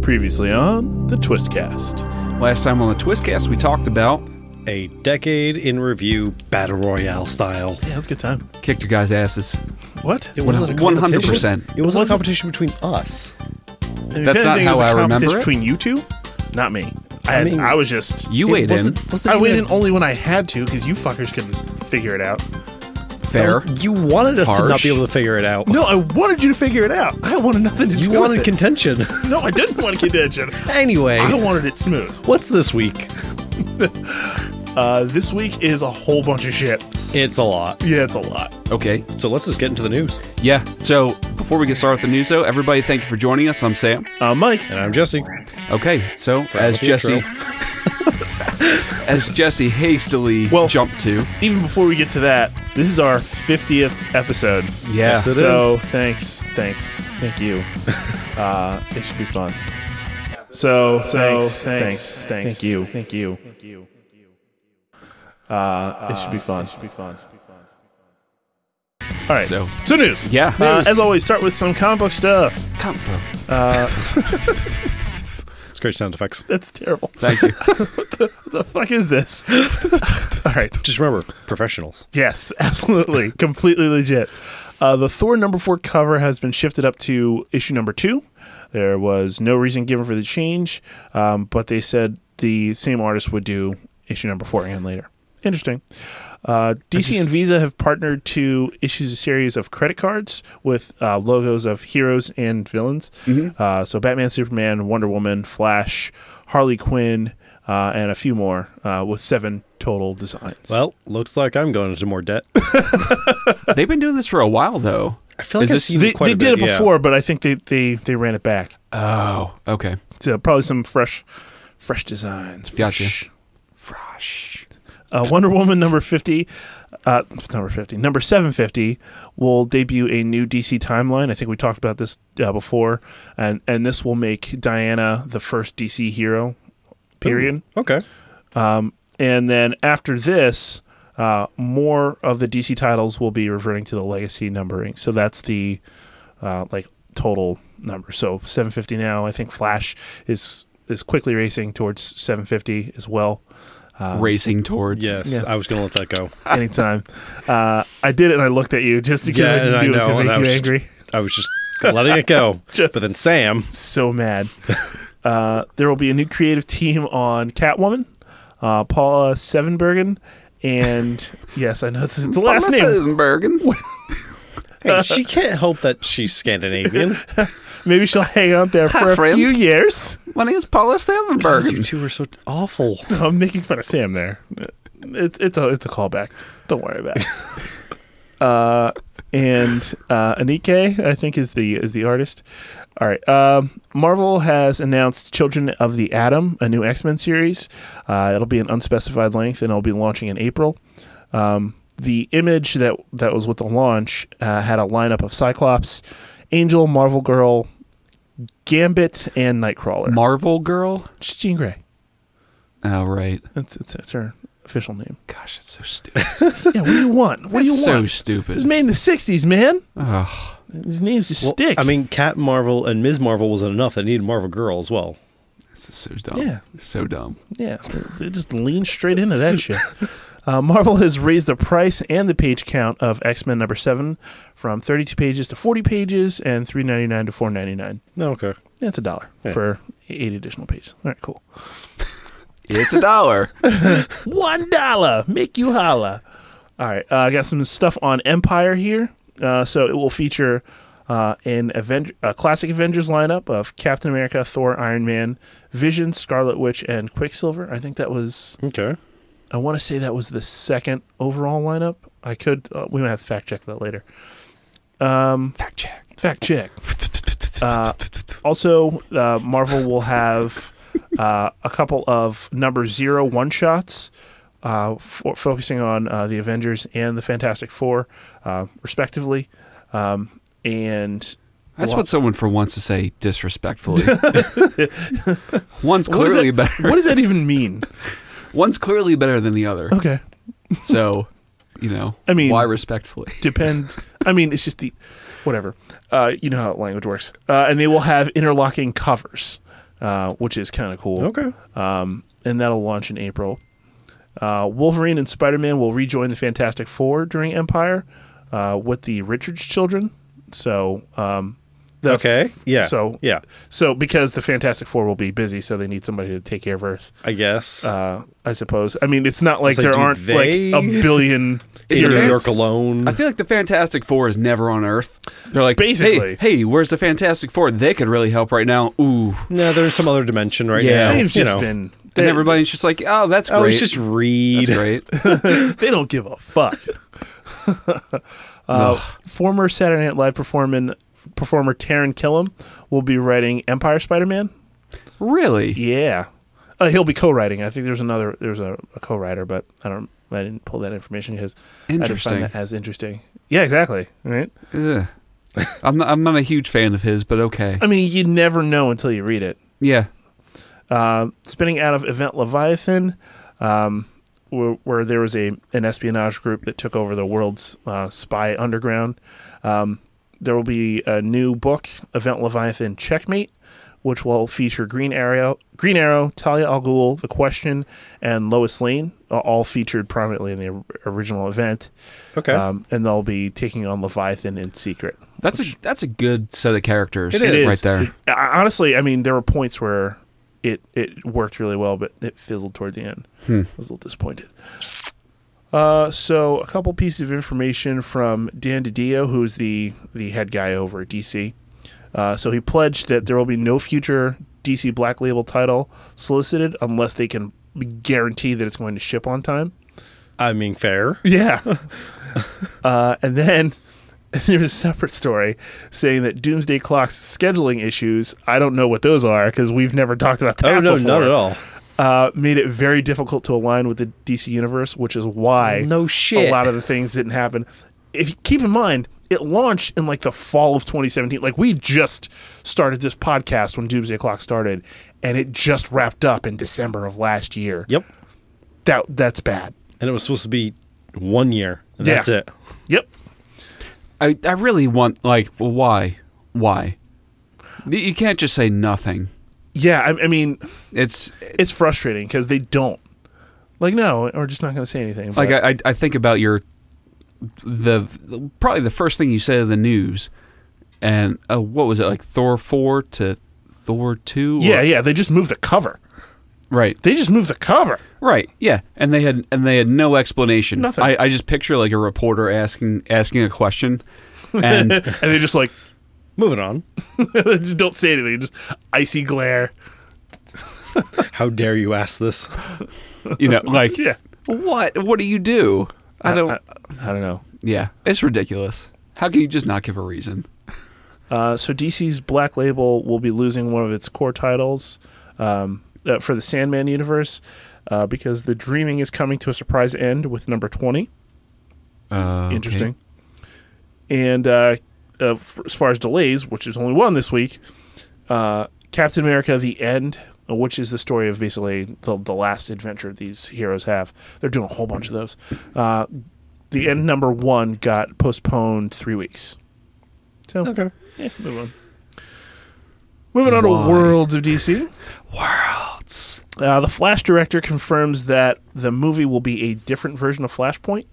Previously on the Twistcast. Last time on the Twistcast, we talked about A decade in review, battle royale style. Yeah, it was a good time. kicked your guys' asses. What? It wasn't a One- competition. 100%. It wasn't Wasn't- a competition between us. That's not it was how a I remember competition it. Between you two, not me. I, I had, mean- I was just. You It weighed in. wasn't- wasn't I even went a- in only when I had to because you fuckers couldn't figure it out. that Fair. was- You wanted us to not Harsh. be able to figure it out. No, I wanted you to figure it out. I wanted nothing to do you with wanted it. contention. no, I didn't want contention. anyway, I wanted it smooth. what's this week? Uh, this week is a whole bunch of shit. It's a lot. Yeah, it's a lot. Okay. So let's just get into the news. Yeah. So before we get started with the news, though, everybody, thank you for joining us. I'm Sam. Uh, Mike, And I'm Jesse. Okay. So as with the Jesse, intro. as Jesse hastily Well- jumped to, even before we get to that, this is our 50th episode. yeah, Yes, it so is. thanks, thanks, thank you. Uh, it should be fun. So, so thanks, thanks, thank you, thank you. Uh, it should be fun. should be fun. All right. So- So, news. Yeah. Uh, News. as always, start with some comic book stuff. Come, bro. It's great sound effects. That's terrible. Thank you. What the fuck is this? All right. Just remember, professionals. Yes, absolutely. Completely legit. Uh, the Thor number four cover has been shifted up to issue number two. There was no reason given for the change, um, but they said the same artist would do issue number four and later. Interesting. Uh, DC and Visa have partnered to issue a series of credit cards with uh, logos of heroes and villains. Uh, so Batman, Superman, Wonder Woman, Flash, Harley Quinn, uh, and a few more, uh, with seven total designs. Well, looks like I'm going into more debt. They've been doing this for a while, though. I feel like Is I've this- seen they, quite they a did bit, it yeah. before, but I think they, they, they ran it back. Oh, okay. So probably some fresh fresh designs. Gotcha. Fresh. Frosh. Uh, Wonder Woman number fifty, uh, number fifty, number seven fifty will debut a new DC timeline. I think we talked about this uh, before, and and this will make Diana the first DC hero. Period. Okay. And then after this, uh, more of the DC titles will be reverting to the legacy numbering. So that's the uh, like total number. So 750 now. I think Flash is is quickly racing towards 750 as well. Racing towards. Yes, Yeah. I was going to let that go. Anytime. uh, I did it, and I looked at you just because I Yeah, and knew I it was know, going and to I make you was- angry. I was just letting it go. Just- but then Sam, so mad. Uh, there will be a new creative team on Catwoman, uh, Paula Sevenbergen, and yes, I know it's, it's the last name. Bergen. hey, she can't help that she's Scandinavian. Maybe she'll hang out there for a friend. few years. My name is Paula Stambergen. you two are so awful. I'm making fun of Sam there. It's it's a it's a callback. Don't worry about it. uh, and uh, Anike, I think, is the is the artist. All right. Um, Marvel has announced Children of the Atom, a new X Men series. Uh, it'll be an unspecified length, and it'll be launching in April. Um, the image that that was with the launch uh, had a lineup of Cyclops, Angel, Marvel Girl, Gambit, and Nightcrawler. Marvel Girl. It's Jean Grey. Oh, right. That's it's, it's her official name. Gosh, it's so stupid. Yeah, what do you want? What do you It's so want? It was stupid. made in the '60s, man. Ugh. These names just stick. I mean, Captain Marvel and Ms. Marvel wasn't enough. They needed Marvel Girl as well. This is so dumb. Yeah. So dumb. yeah, they- they just lean straight into that shit. Uh, Marvel has raised the price and the page count of X Men number seven from 32 pages to 40 pages, and 3.99 to 4.99. No, okay. That's a dollar Yeah. for eight additional pages. All right, cool. It's a dollar. One dollar. Make you holla. All right. uh, I got some stuff on Empire here. Uh, so it will feature uh, an Aven- a classic Avengers lineup of Captain America, Thor, Iron Man, Vision, Scarlet Witch, and Quicksilver. I think that was, Okay. I want to say that was the second overall lineup. I could, uh, we might have to fact check that later. Um, Fact check. fact check. Uh, also, uh, Marvel will have uh, a couple of number zero one shots, uh, fo- focusing on uh, the Avengers and the Fantastic Four, uh, respectively. Um, and That's Wha- what someone for wants to say disrespectfully. One's What does clearly that- better. what does that even mean? One's clearly better than the other. Okay, So, you know, I mean- why respectfully? depend. I mean, it's just the whatever. Uh, you know how language works. Uh, and they will have interlocking covers. uh, which is kind of cool. Okay. Um, and that'll launch in April. Uh, Wolverine and Spider Man will rejoin the Fantastic Four during Empire uh, with the Richards children. So, um, the- Okay. Yeah. So, yeah, so because the Fantastic Four will be busy, so they need somebody to take care of Earth. I guess. Uh, I suppose. I mean, it's not like like, there do aren't they- like a billion. Is in it New this? York alone. I feel like the Fantastic Four is never on Earth. They're like, Basically. hey, hey, where's the Fantastic Four? They could really help right now. Ooh, no, they're in some other dimension right Yeah. now. They've you just know. been. and they- everybody's just like, oh, that's Oh, great. it's just Reed. that's great. they don't give a fuck. uh, former Saturday Night Live performer performer Taron Killam will be writing Empire Spider-Man. really? Yeah, uh, he'll be co-writing. I think there's another there's a, a co-writer, but I don't. I didn't pull that information because I didn't Interesting. find that as interesting. Yeah, exactly. Right. Ugh. I'm not, I'm not a huge fan of his, but okay. I mean, you never know until you read it. Yeah. Uh, spinning out of Event Leviathan, um, where, where there was a an espionage group that took over the world's uh, spy underground. Um, there will be a new book, Event Leviathan Checkmate, which will feature Green Arrow, Green Arrow, Talia al Ghul, The Question, and Lois Lane, a- all featured prominently in the or- original event. Okay. Um, and they'll be taking on Leviathan in secret. That's a that's a good set of characters It right is. there. I- honestly, I mean, there were points where it it worked really well, but it fizzled toward the end. I Hmm. was a little disappointed. Uh, so a couple pieces of information from Dan DiDio, who's the the head guy over at DC. Uh, so he pledged that there will be no future DC Black Label title solicited unless they can guarantee that it's going to ship on time. I mean, fair. Yeah. uh, and then there's a separate story saying that Doomsday Clock's scheduling issues, I don't know what those are because we've never talked about that Oh no, before, not at all. Uh, made it very difficult to align with the DC Universe, which is why No shit. a lot of the things didn't happen. If you keep in mind, it launched in like the fall of 2017. Like we just started this podcast when Doomsday Clock started, and it just wrapped up in December of last year. Yep. That that's bad. And it was supposed to be one year. And Yeah. That's it. Yep. I, I really want like why why Y- you can't just say nothing. Yeah. I, I mean, It's it's frustrating because they don't. Like, no, we're just not going to say anything. like but- I I- I think about your the probably the first thing you said in the news, and uh, what was it like Thor four to Thor two? or- yeah, yeah, they just moved the cover. right, They just moved the cover. right, yeah. And they had and they had no explanation. Nothing. I, I just picture like a reporter asking asking a question, and and they just like, Moving on. just don't say anything. Just icy glare. How dare you ask this? you know like Yeah. what what do you do? I don't. I, I don't know. Yeah, it's ridiculous. How can you just not give a reason? Uh, so DC's Black Label will be losing one of its core titles um, uh, for the Sandman universe uh, because the Dreaming is coming to a surprise end with number 20. Uh, Interesting. And uh, uh, f- as far as delays, which is only one this week, uh, Captain America: The End, which is the story of basically the, the last adventure these heroes have. They're doing a whole bunch of those. Uh, the end number one got postponed three weeks. So Okay. yeah, move on. Moving on Why? to Worlds of DC. Worlds. Uh, the Flash director confirms that the movie will be a different version of Flashpoint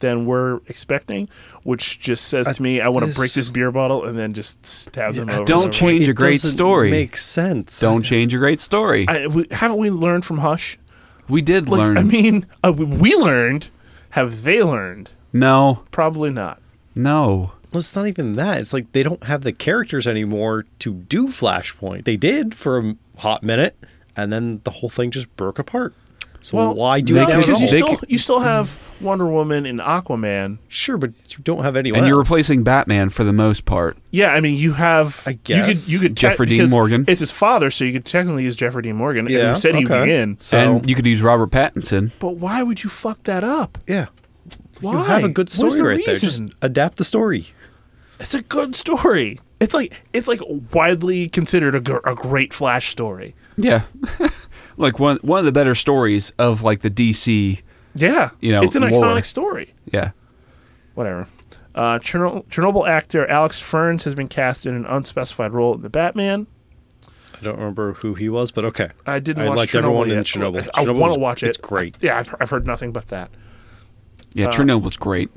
than we're expecting, which just says to me, I want to this- break this beer bottle and then just stab them Yeah, over. don't and over. change- Change a It great doesn't story. Make sense. Don't change a great story. I, we, haven't we learned from Hush? we did Like, learn. I mean, uh, we- we learned. Have they learned? no, Probably not. no. Well, it's not even that. It's like they don't have the characters anymore to do Flashpoint. They did for a hot minute, and then the whole thing just broke apart. So Well, why do they that could- at Because all? you They still c- you still have Wonder Woman and Aquaman. sure, but you don't have anyone. And you're else. replacing Batman for the most part. Yeah, I mean, you have. I you could guess. you could Jeffrey Dean because Morgan. It's his father, so you could technically use Jeffrey Dean Morgan, Yeah, who said he'd okay. be in. So and you could use Robert Pattinson. But why would you fuck that up? yeah, Why? you have a good story What's the right there. reason? Just adapt the story. It's a good story. It's like it's like widely considered a, gr- a great Flash story. Yeah. like one one of the better stories of like the DC. Yeah, You know, it's an lore. iconic story. Yeah. Whatever. Uh, Cherno- Chernobyl actor Alex Ferns has been cast in an unspecified role in the Batman. I don't remember who he was, but okay. I didn't I watch liked Chernobyl everyone yet. in Chernobyl. I, Chernobyl want was- to watch it. it's great. Yeah, I've, I've heard nothing but that. Yeah, Uh, Chernobyl's great.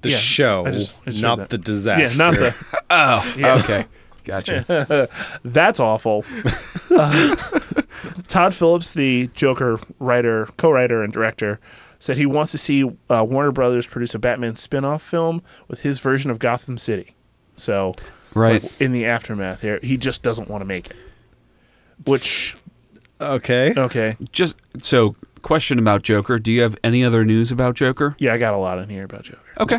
The Yeah, show, I just- I just heard not that. the disaster. Yeah, not the. Oh, Yeah. okay. Gotcha. That's awful. Uh, Todd Phillips, the Joker writer, co-writer, and director, said he wants to see uh, Warner Brothers produce a Batman spin-off film with his version of Gotham City. So, Right. in the aftermath here, he just doesn't want to make it. Which okay. okay, Just so question about Joker. Do you have any other news about Joker? yeah, I got a lot in here about Joker. Okay.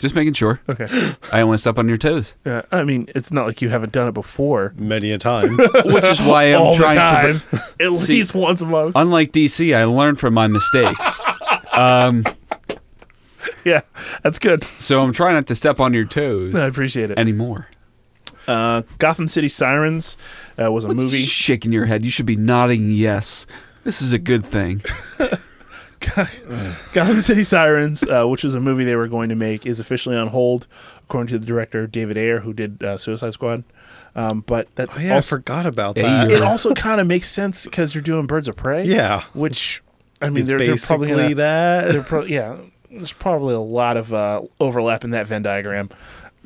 Just making sure. Okay, I don't want to step on your toes, uh, I mean, it's not like you haven't done it before. Many a time. Oh, which is why I'm All the trying to. uh, time, at least once a month. Unlike DC, I learn from my mistakes. um, Yeah, that's good. so I'm trying not to step on your toes I appreciate it. anymore. Uh, Gotham City Sirens uh, was a movie. Shaking your head. You should be nodding yes. This is a good thing. Gotham City Sirens, uh, which was a movie they were going to make, is officially on hold, according to the director David Ayer, who did uh, Suicide Squad. Um, but that Oh, yeah, also, I forgot about Hey, that. it also kind of makes sense because you're doing Birds of Prey. yeah. which I mean, It's they're, they're basically probably gonna, that. they're pro- yeah. There's probably a lot of uh, overlap in that Venn diagram.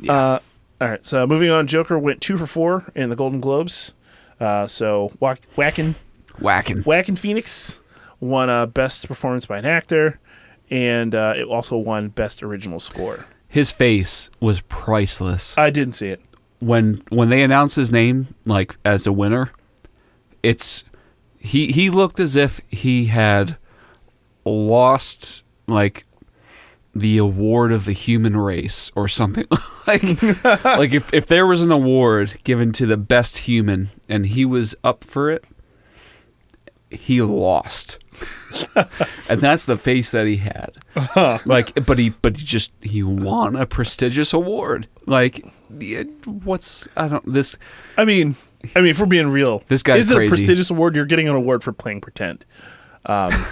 Uh, all right, so moving on. Joker went two for four in the Golden Globes. Uh, so Wack- Wacken Whacking. Whack and Phoenix won uh, Best Performance by an Actor, and uh, it also won Best Original Score. His face was priceless. I didn't see it. when when they announce his name like as a winner, it's he he looked as if he had lost like the award of the human race or something like like if if there was an award given to the best human and he was up for it he lost and that's the face that he had like but he but he just he won a prestigious award like it- what's i don't this I mean, I mean, if we're being real, This guy's is it a crazy. prestigious award? You're getting an award for playing pretend. Um,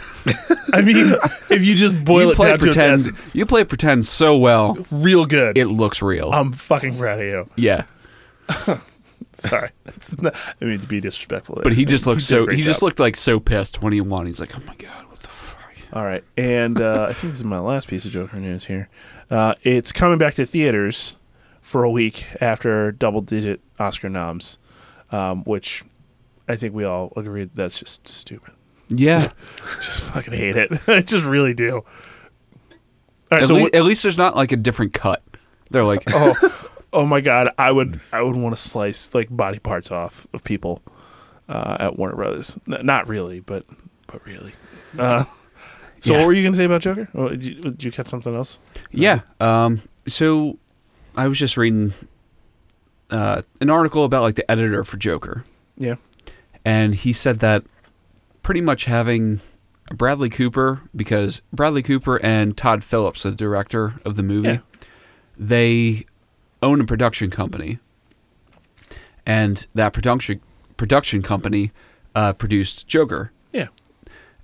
I mean, if you just boil you it play down to its pretend essence, you play pretend so well real good. it looks real I'm fucking proud of you. yeah Sorry, It's not- I mean to be disrespectful. but he just looked did a so great he just job. looked like so pissed when he won he's like oh my god what the fuck All right, and uh, I think this is my last piece of Joker news here. Uh, it's coming back to theaters for a week after double-digit Oscar noms, um, which I think we all agree that's just stupid. yeah Just fucking hate it. I just really do. All right, at, so lea- what- at least there's not like a different cut they're like oh, oh my god, I would I would want to slice like body parts off of people uh, at Warner Brothers. N- not really, but but really. Uh, so Yeah. what were you gonna say about Joker? Oh, did, you, did you catch something else? Yeah. Um, so I was just reading uh, an article about like the editor for Joker, Yeah. and he said that pretty much having Bradley Cooper because Bradley Cooper and Todd Phillips, the director of the movie, Yeah. they own a production company, and that production production company uh, produced Joker. Yeah.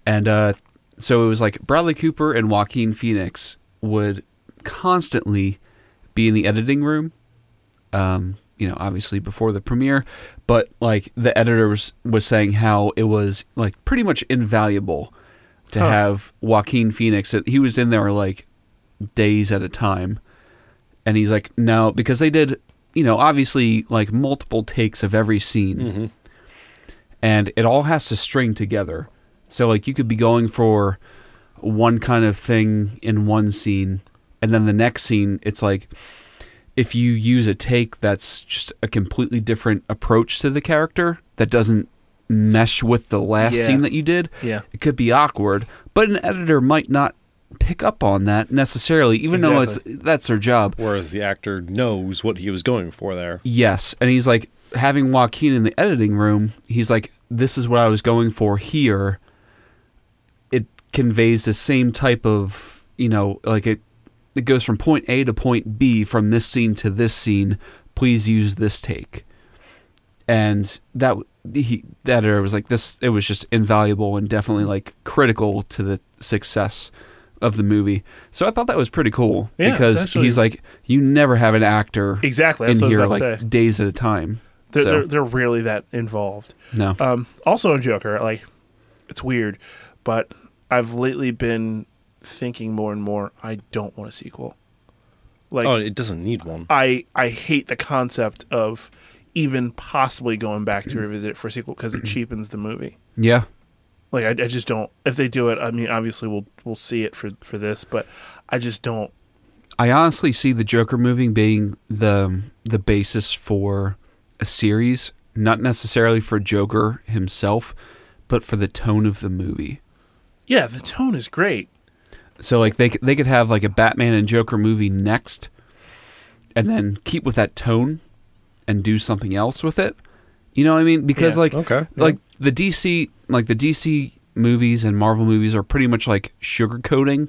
And uh, so it was like Bradley Cooper and Joaquin Phoenix would constantly be in the editing room. Um, you know, obviously before the premiere, but like the editor was, was saying how it was like pretty much invaluable to Huh. have Joaquin Phoenix. He was in there like days at a time. And he's like, no, because they did, you know, obviously like multiple takes of every scene Mm-hmm. and it all has to string together. So like you could be going for one kind of thing in one scene and then the next scene it's like if you use a take that's just a completely different approach to the character that doesn't mesh with the last Yeah. scene that you did, Yeah. it could be awkward, but an editor might not pick up on that necessarily even though it's that's their job. Whereas the actor knows what he was going for there. Yes, and he's like having Joaquin in the editing room. He's like, "This is what I was going for here." It conveys the same type of, you know, like it. It goes from point A to point B from this scene to this scene. Please use this take. And that he that editor was like this. It was just invaluable and definitely like critical to the success of the movie. So I thought that was pretty cool Yeah, it's because actually- he's like, you never have an actor Exactly. That's in what I here was about like to say. days at a time. They're, So- they're, they're rarely that involved. No. Um, also on Joker, like it's weird, but I've lately been thinking more and more. I don't want a sequel. Like oh, it doesn't need one. I I hate the concept of even possibly going back to revisit it for a sequel because it cheapens the movie. yeah. Like I, I just don't. If they do it, I mean, obviously we'll we'll see it for for this, but I just don't. I honestly see the Joker movie being the the basis for a series, not necessarily for Joker himself, but for the tone of the movie. Yeah, the tone is great. So like they c- they could have like a Batman and Joker movie next, and then keep with that tone, and do something else with it. You know what I mean? Because Yeah, like okay, yeah. like the DC like the DC movies and Marvel movies are pretty much like sugarcoating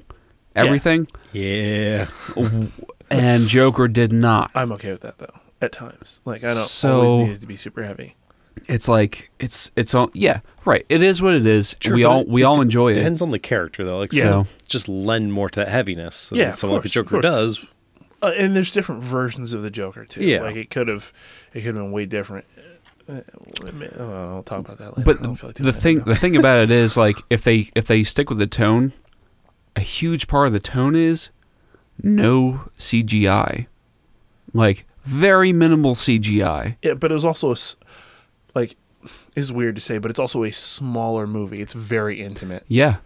everything, Yeah. and Joker did not. I'm okay with that though. At times, like I don't So- always need it to be super heavy. It's like it's it's all yeah right. It is what it is. Sure, we but all it- we it all de- enjoy it. Depends on the character though. Like Yeah. some just lend more to that heaviness. So Yeah, yeah, of someone like the course, of Joker course. does. Uh, and there's different versions of the Joker too. Yeah. like it could have, it could have been way different. Uh, I mean, I don't know, Oh, I'll talk about that later. I but don't feel like doing the that thing right now. the thing about it is like if they if they stick with the tone a huge part of the tone is no cgi like very minimal cgi Yeah, but it was also a s like is weird to say, but it's also a smaller movie. It's very intimate. yeah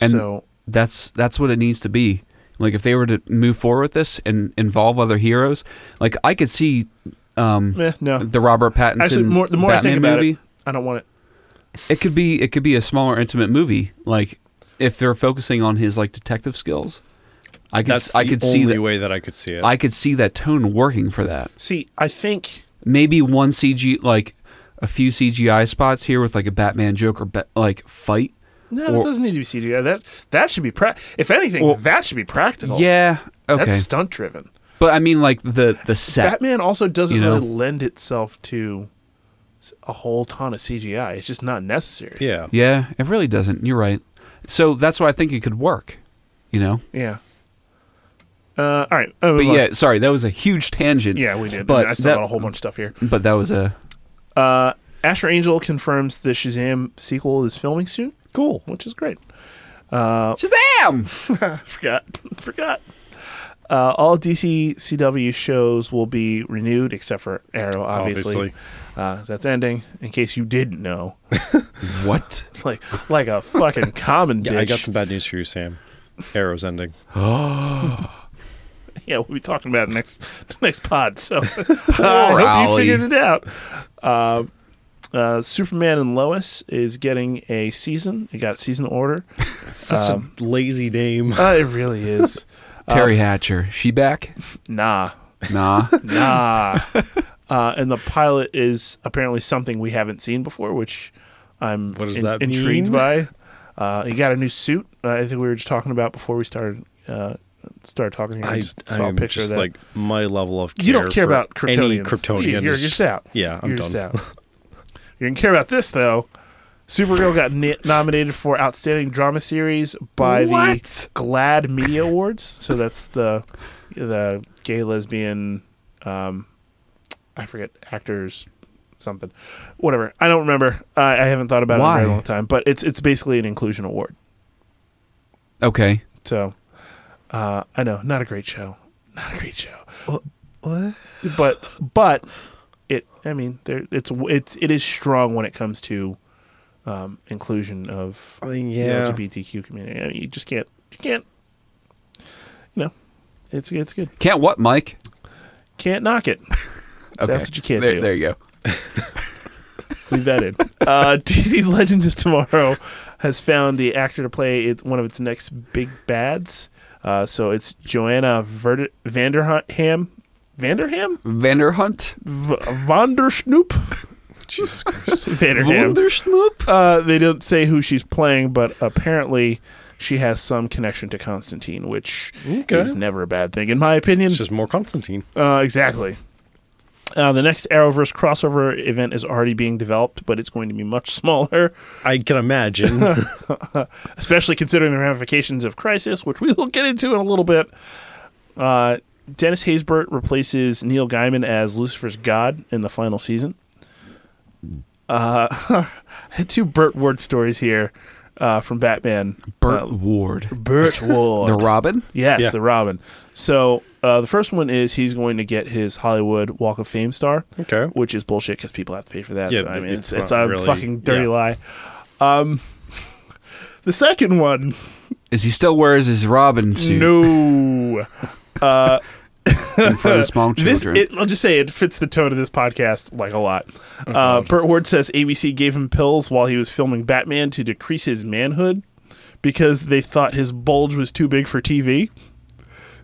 And- so that's that's what it needs to be like if they were to move forward with this and involve other heroes like i could see um eh, no, the robert pattinson actually, more the more Batman I think about movie it, I don't want it. it could be it could be a smaller intimate movie like if they're focusing on his like detective skills i could That's I could the see only that way that I could see it. I could see that tone working for that. See, I think Maybe one CG, like a few CGI spots here with like a Batman Joker ba- like fight. no, Or- it doesn't need to be CGI. That that should be pra- if anything, Well, that should be practical. Yeah, okay, that's stunt driven. but I mean like the the set. Batman also doesn't you know? really lend itself to s- a whole ton of CGI. It's just not necessary. yeah. yeah, it really doesn't. You're right. So that's why I think it could work. You know, Yeah. Uh, all right. Oh, but move on. yeah, sorry, that was a huge tangent. yeah, we did. But I still that- got a whole bunch of stuff here. but that was a Uh, Asher Angel confirms the Shazam sequel is filming soon, Cool. which is great. Oh. Shazam. Forgot, forgot. Uh, all DC CW shows will be renewed except for Arrow, obviously, Obviously. Uh 'cause that's ending. In case you didn't know, what? like like a fucking common Yeah, bitch. I got some bad news for you, Sam. Arrow's ending. yeah, we'll be talking about it next next pod. So I hope you Ally. figured it out. Uh, uh, Superman and Lois is getting a season. It got season order. Such Um, a lazy name. Uh, it really is. Terry Hatcher, she back? Nah, Nah. nah. uh, and the pilot is apparently something we haven't seen before, which I'm What does in- that intrigued mean? by. Uh, he got a new suit. Uh, I think we were just talking about before we started uh, started talking. Here. I, I, just saw a I'm picture just of that. like my level of care you don't care for about any Kryptonians. Kryptonian. You're, you're is just just- out. Yeah, I'm you're done. just out. you can care about this though. Supergirl got ni- nominated for Outstanding Drama Series by the What? GLAAD Media Awards. So that's the the gay lesbian, um, I forget actors something, whatever. I don't remember. I, I haven't thought about it in a very Why? long time. But it's it's basically an inclusion award. okay. So uh, I know not a great show, not a great show. What? but but it I mean there it's it's it is strong when it comes to um, inclusion of I mean, the yeah. LGBTQ community. I mean, you just can't you can't you know it's it's good Can't what, Mike? can't knock it. Okay. That's what you can't there, do. There you go. Leave that in. Uh, DC's Legends of Tomorrow has found the actor to play it, one of its next big bads. Uh, so it's Joanna Verde- Vanderham Vanderham Vanderhunt? v- Vandersnoop Jesus Christ. Vanderham. Vandersnoop? Uh, they don't say who she's playing, but apparently she has some connection to Constantine, which Okay. is never a bad thing, in my opinion. It's just more Constantine. Uh, exactly. Uh, the next Arrowverse crossover event is already being developed, but it's going to be much smaller, I can imagine. especially considering the ramifications of Crisis, which we will get into in a little bit. Uh, Dennis Haysbert replaces Neil Gaiman as Lucifer's God in the final season. Uh, I had two Burt Ward stories here uh, from Batman. Burt Uh, Ward, Burt Ward. the Robin. Yes, Yeah. the Robin. So uh, the first one is he's going to get his Hollywood Walk of Fame star, Okay. which is bullshit because people have to pay for that. Yeah, so, I mean, it's, it's it's, not a really- fucking dirty yeah. lie. Um, the second one, Is he still wears his Robin suit no. in front of small This, children? it, I'll just say it fits the tone of this podcast like a lot. Uh, Burt Ward says ABC gave him pills while he was filming Batman to decrease his manhood because they thought his bulge was too big for TV.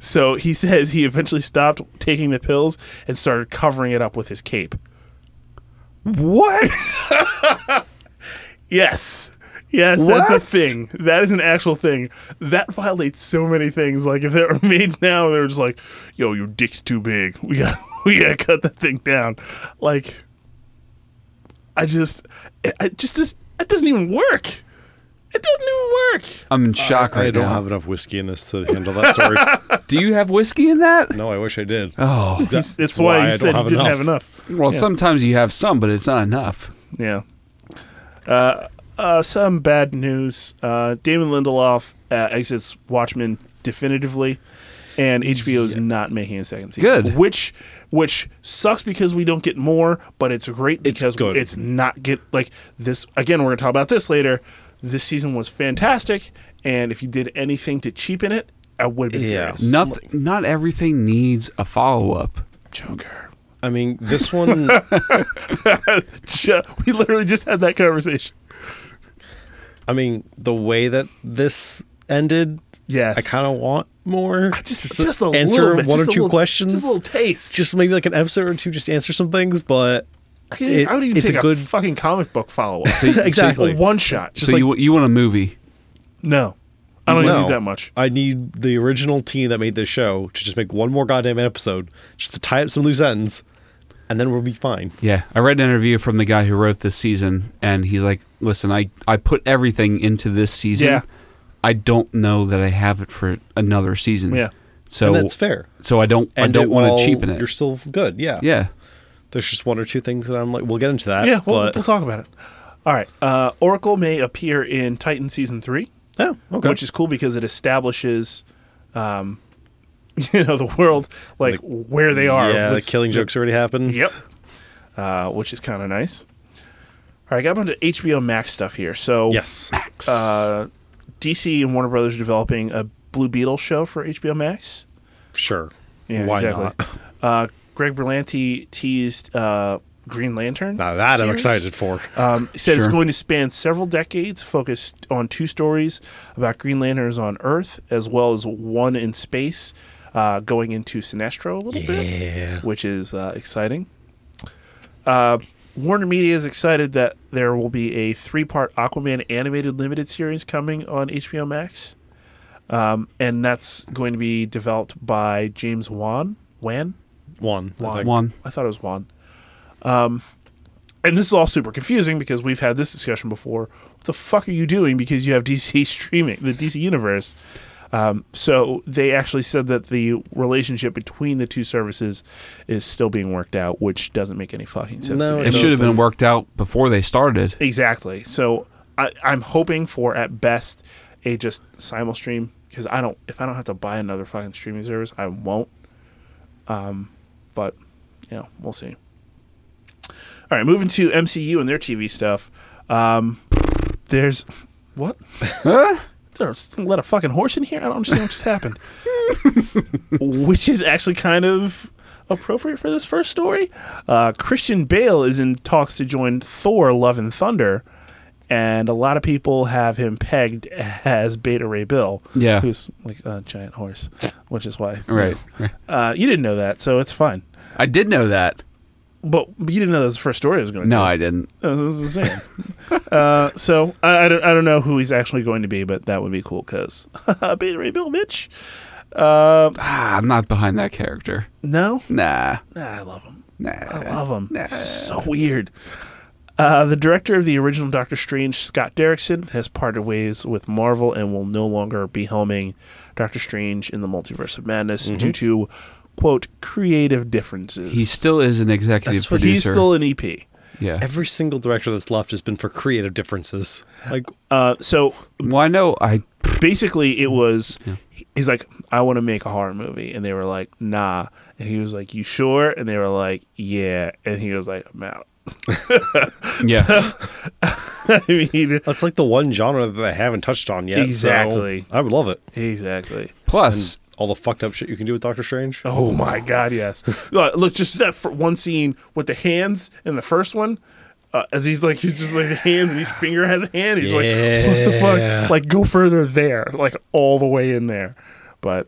So he says he eventually stopped taking the pills and started covering it up with his cape. what? Yes. Yes, What? that's a thing. That is an actual thing. That violates so many things. Like if they were made now, they were just like, "Yo, your dick's too big. We got we got to cut that thing down." Like, I just, it, it just does. It doesn't even work. It doesn't even work. I'm in shock right I don't now. have enough whiskey in this to handle that story. Do you have whiskey in that? no, I wish I did. Oh, That's, why, why I Uh, he don't said he have didn't enough. have enough. well, sometimes you have some, but it's not enough. Yeah. Uh, uh, some bad news. Uh, Damon Lindelof uh, exits Watchmen definitively, and HBO is not making a second season. Good. Which which sucks because we don't get more, but it's great because it's, good. not get like this. Again, we're gonna talk about this later. This season was fantastic, and if you did anything to cheapen it, I would have been Yeah. furious. Nothing. Not everything needs a follow up. Joker. I mean, this one. Ju- We literally just had that conversation. I mean, the way that this ended, Yes. Ah, I kind of want more. just, to just a answer little bit, one just or a two little- questions. just a little taste. just maybe like an episode or two, just answer some things. But I can't- it- I would even it's take a a, good- fucking comic book follow up. exactly, one shot. Just so like- you you want a movie? No, I don't even No. need that much. I need the original team that made this show to just make one more goddamn episode, just to tie up some loose ends, and then we'll be fine. Yeah, I read an interview from the guy who wrote this season, and he's like, "Listen, I I put everything into this season. Yeah. I don't know that I have it for another season. Yeah. so and that's fair. So I don't I And don't want while to cheapen it. You're still good. Yeah. yeah, There's just one or two things that I'm like, we'll get into that. Yeah, we'll, Uh, but we'll talk about it. All right, uh, Oracle may appear in Titan season three, oh, okay. which is cool because it establishes, um, you know, the world like, where they are. yeah, the with- killing jokes already happened. Yep. Uh, which is kind of nice. All right, I got a bunch of HBO Max stuff here. So Yes. Max. uh, DC and Warner Brothers are developing a Blue Beetle show for HBO Max. Sure. Yeah, Why exactly. not? Uh, Greg Berlanti teased uh, Green Lantern. Now that I'm series. excited for. Um, he said it's Sure. going to span several decades, focused on two stories about Green Lanterns on Earth, as well as one in space, uh, going into Sinestro a little bit, Yeah. which is uh, exciting. Uh, Warner Media is excited that there will be a three-part Aquaman animated limited series coming on HBO Max, um, and that's going to be developed by James Wan. Wan, One. I think. one. I thought it was Juan. Um, and this is all super confusing because we've had this discussion before. What the fuck are you doing? Because you have DC streaming, the DC universe. Um, so they actually said that the relationship between the two services is still being worked out, which doesn't make any fucking sense. No, to me. It does. should have been worked out before they started. Exactly. So I, I'm hoping for at best a just simul stream because I don't. If I don't have to buy another fucking streaming service, I won't. Um, but you know, we'll see. All right, moving to MCU and their TV stuff. Um, there's what? Huh? There's let a fucking horse in here. I don't understand what just happened. Which is actually kind of appropriate for this first story. Uh, Christian Bale is in talks to join Thor: Love and Thunder, and a lot of people have him pegged as Beta Ray Bill. Yeah. who's like a giant horse, which is why. Right. right. Uh, you didn't know that, so it's fine. I did know that. But you didn't know that was the first story I was going to. No, I didn't. Uh, This is insane. uh, so I, I don't I don't know who he's actually going to be, but that would be cool because Beta Ray Bill, bitch. Uh, Ah, I'm not behind that character. no, Nah. nah, I love him. Nah. I love him. This is so weird. Uh, the director of the original Doctor Strange, Scott Derrickson, has parted ways with Marvel and will no longer be helming Doctor Strange in the Multiverse of Madness Mm-hmm. due to quote creative differences. He still is an executive That's what producer. He's still an E EP. Yeah. Every single director that's left has been for creative differences. Like, Uh, so Well, I know I basically it was he's like i want to make a horror movie and they were like nah and he was like you sure and they were like yeah and he was like i'm out yeah i mean that's like the one genre that they haven't touched on yet. so Exactly. I would love it. exactly plus All the fucked up shit you can do with Doctor Strange. oh my god yes look, look, just that for one scene with the hands in the first one uh, as he's like he's just like the hands and each finger has a hand he's like what the Yeah. fuck like go further there like all the way in there but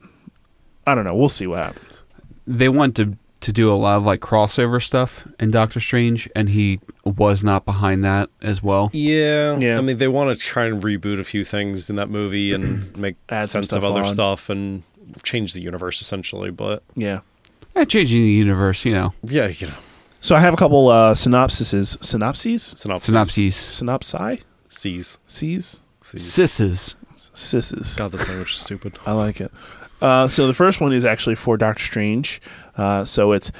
i don't know we'll see what happens they want to to do a lot of like crossover stuff in Doctor Strange and he was not behind that as well. Yeah. Yeah. I mean, they want to try and reboot a few things in that movie and make Add some sense of stuff other on. stuff and change the universe essentially. But yeah Eh, changing the universe, you know. yeah, you know, So I have a couple uh, synopsises. Synopses? synopsis. Synopses. Synopsi? Sees. Sees? Sees. Sisses. Sisses. God, this language is stupid. I like it. Uh, so the first one is actually for Doctor Strange. Uh, so it's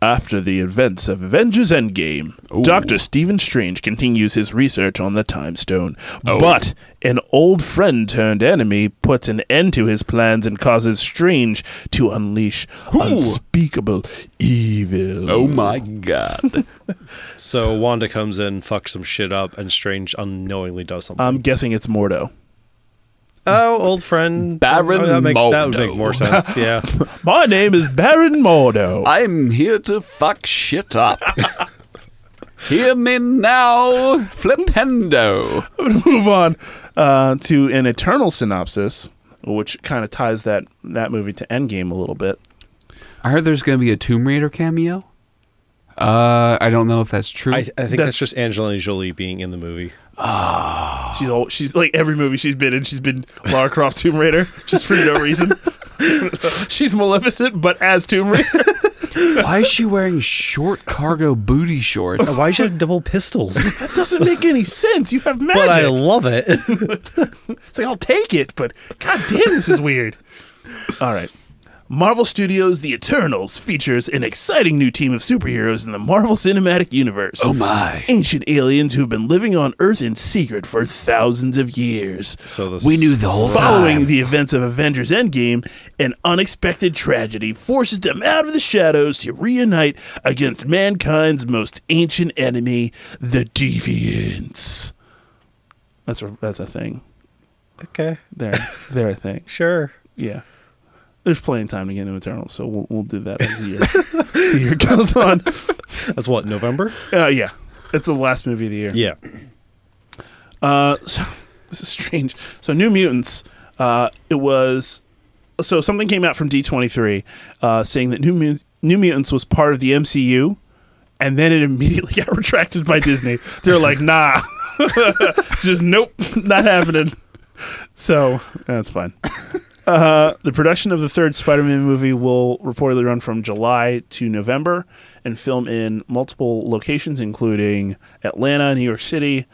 after the events of Avengers Endgame, Doctor Stephen Strange continues his research on the Time Stone, Oh. but an old friend turned enemy puts an end to his plans and causes Strange to unleash unspeakable evil. Oh my god. So Wanda comes in, fucks some shit up, and Strange unknowingly does something. I'm guessing it's Mordo. oh, old friend. Baron oh, that, make, that would Mordo. make more sense. Yeah. My name is Baron Mordo. I'm here to fuck shit up. Hear me now, Flipendo. I'm going to move on uh, to an eternal synopsis, which kind of ties that that movie to Endgame a little bit. I heard there's gonna be a Tomb Raider cameo. Uh, I don't know if that's true. I, I think that's, That's- just Angelina Jolie being in the movie. She's all she's like every movie she's been in, she's been Lara Croft Tomb Raider just for no reason. she's Maleficent, but as Tomb Raider. Why is she wearing short cargo booty shorts? Why she have double pistols? That doesn't make any sense. You have magic. but I love it. It's like I'll take it, but god damn, this is weird. All right. Marvel Studios' The Eternals features an exciting new team of superheroes in the Marvel Cinematic Universe. Oh my! ancient aliens who've been living on Earth in secret for thousands of years. so this, We knew the whole Following time. the events of Avengers Endgame, an unexpected tragedy forces them out of the shadows to reunite against mankind's most ancient enemy, the Deviants. That's a, that's a thing. Okay, They're, they're a thing. sure. Yeah. There's plenty of time to get into Eternals, so we'll, we'll do that as the year, the year goes on. That's what November. Uh, yeah. It's the last movie of the year. Yeah. Uh, so, this is strange. So New Mutants, uh, it was so something came out from D23 uh, saying that New Mu- New Mutants was part of the MCU, and then it immediately got retracted by Disney. They're like, nah, just nope, not happening. So that's fine. Uh, the production of the third Spider-Man movie will reportedly run from July to November and film in multiple locations, including Atlanta, New York City,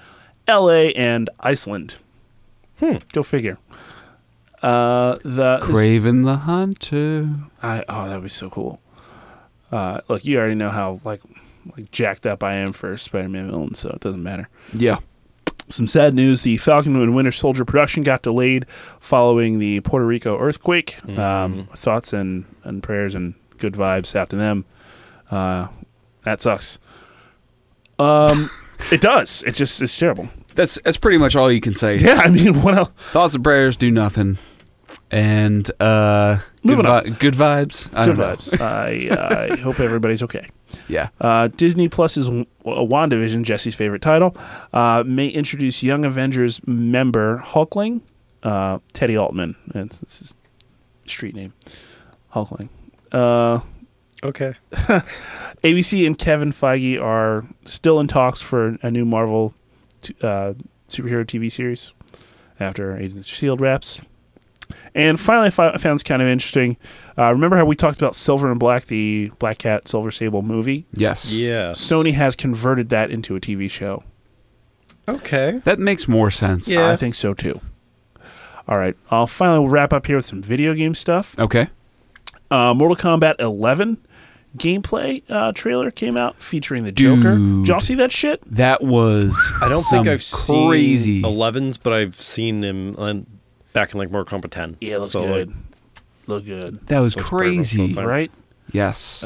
L.A., and Iceland. Go figure. Uh, the Craven the Hunter. I oh, that'd be so cool. Uh, look, you already know how like like jacked up I am for Spider-Man villains, so it doesn't matter. Yeah. Some sad news: the Falcon and Winter Soldier production got delayed following the Puerto Rico earthquake. Mm-hmm. Um, thoughts and and prayers and good vibes out to them. Uh, that sucks. Um, it does. It just it's terrible. That's that's pretty much all you can say. Yeah, I mean, what else? Thoughts and prayers do nothing. And uh Moving good, vi- good vibes. I Good don't know. vibes. I I hope everybody's okay. Yeah. Uh, Disney Plus's W- WandaVision, Jesse's favorite title, uh, may introduce Young Avengers member Hulkling, uh, Teddy Altman. That's that's his street name, Hulkling. Uh, Okay. ABC and Kevin Feige are still in talks for a new Marvel t- uh, superhero TV series after Agents of S.H.I.E.L.D. E wraps. And finally, I fi- I found this kind of interesting. Uh, remember how we talked about Silver and Black, the Black Cat Silver Sable movie? Yes. Yeah. Sony has converted that into a TV show. Okay. That makes more sense. Yeah. I think so too. All right, I'll finally wrap up here with some video game stuff. Okay. Uh, Mortal Kombat 11 gameplay uh, trailer came out featuring the Joker. Did y'all see that shit? That was I don't think some I've crazy. seen Elevens, but I've seen him on, back in like Mortal Kombat 10. Yeah, looks So, good. like, Look good, That was Looks pretty rough crazy. outside. right? Yes.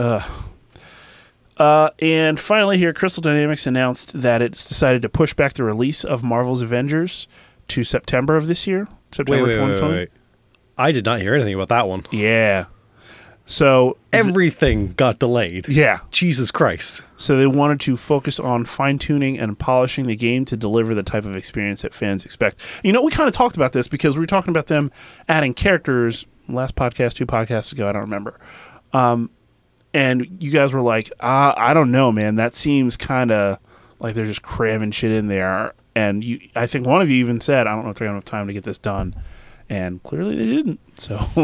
Uh, and finally, here, Crystal Dynamics announced that it's decided to push back the release of Marvel's Avengers to September of this year, wait, September wait, wait, wait, 2020. wait. I did not hear anything about that one. Yeah. So Everything got delayed. yeah, Jesus Christ. so they wanted to focus on fine tuning and polishing the game to deliver the type of experience that fans expect. You know, we kind of talked about this because we were talking about them adding characters last podcast, two podcasts ago. I don't remember. Um, and you guys were like, uh, I don't know, man. That seems kind of like they're just cramming shit in there. And you, I think one of you even said, I don't know if they're gonna have time to get this done. And clearly they didn't. So,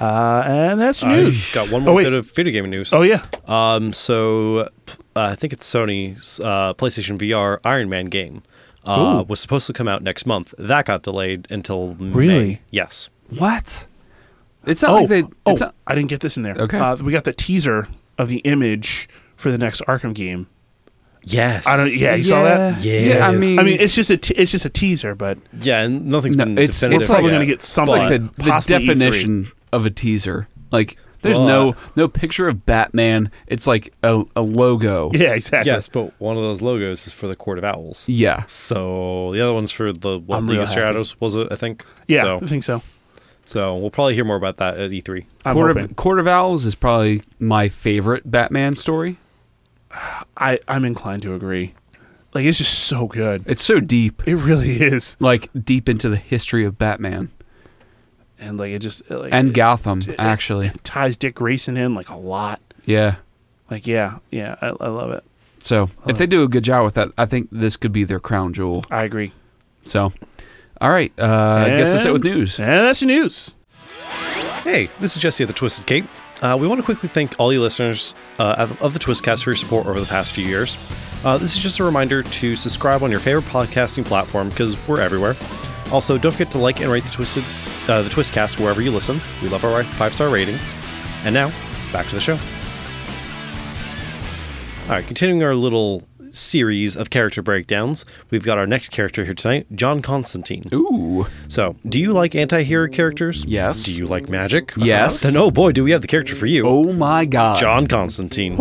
uh, and that's the news. I've got one Oh, more wait. bit of video game news. oh yeah, Um, so p- uh, I think it's Sony's uh, PlayStation VR Iron Man game uh, Ooh. was supposed to come out next month. That got delayed until May. Really? Yes. what? It's not Oh, like they. oh It's not, I didn't get this in there. Okay. Uh, we got the teaser of the image for the next Arkham game. Yes. I don't- yeah. you saw that? Yeah. yeah I Yes. mean, I mean, it's just a te- it's just a teaser, but Yeah, and nothing's No, been it's- it's definitive. probably yet, gonna get it's something. like the, but the possibly E E3. definition of a teaser. Like, there's But- no no picture of Batman. It's like a, a logo. yeah, exactly. Yes, but one of those logos is for the Court of Owls. Yeah. So the other one's for the what, I'm League real of happy. Shadows was it? I think. Yeah, I So, think so. so we'll probably hear more about that at E E3. I'm Court hoping. of, Court of Owls is probably my favorite Batman story. I I'm inclined to agree. Like it's just so good. It's so deep, It really is, like deep into the history of Batman and like it just it, like and it Gotham, actually. ties Dick Grayson in like a lot. Yeah. Like yeah, yeah, I, I love it. So if they do a good job with that, I think this could be their crown jewel. I agree. So, all right, uh, I guess that's it with And- news. And that's your news. Hey, this is Jesse at the Twisted Cape. Uh, we want to quickly thank all you listeners uh, of- of the Twistcast for your support over the past few years. Uh, this is just a reminder to subscribe on your favorite podcasting platform because we're everywhere. Also, don't forget to like and rate the Twisted uh, the Twistcast wherever you listen. We love our five star ratings. And now, back to the show. All right, continuing our little series of character breakdowns, we've got our next character here tonight, John Constantine. Ooh, So, do you like anti-hero characters? Yes. Do you like magic? Yes. Then oh boy, do we have the character for you. oh my God! John Constantine.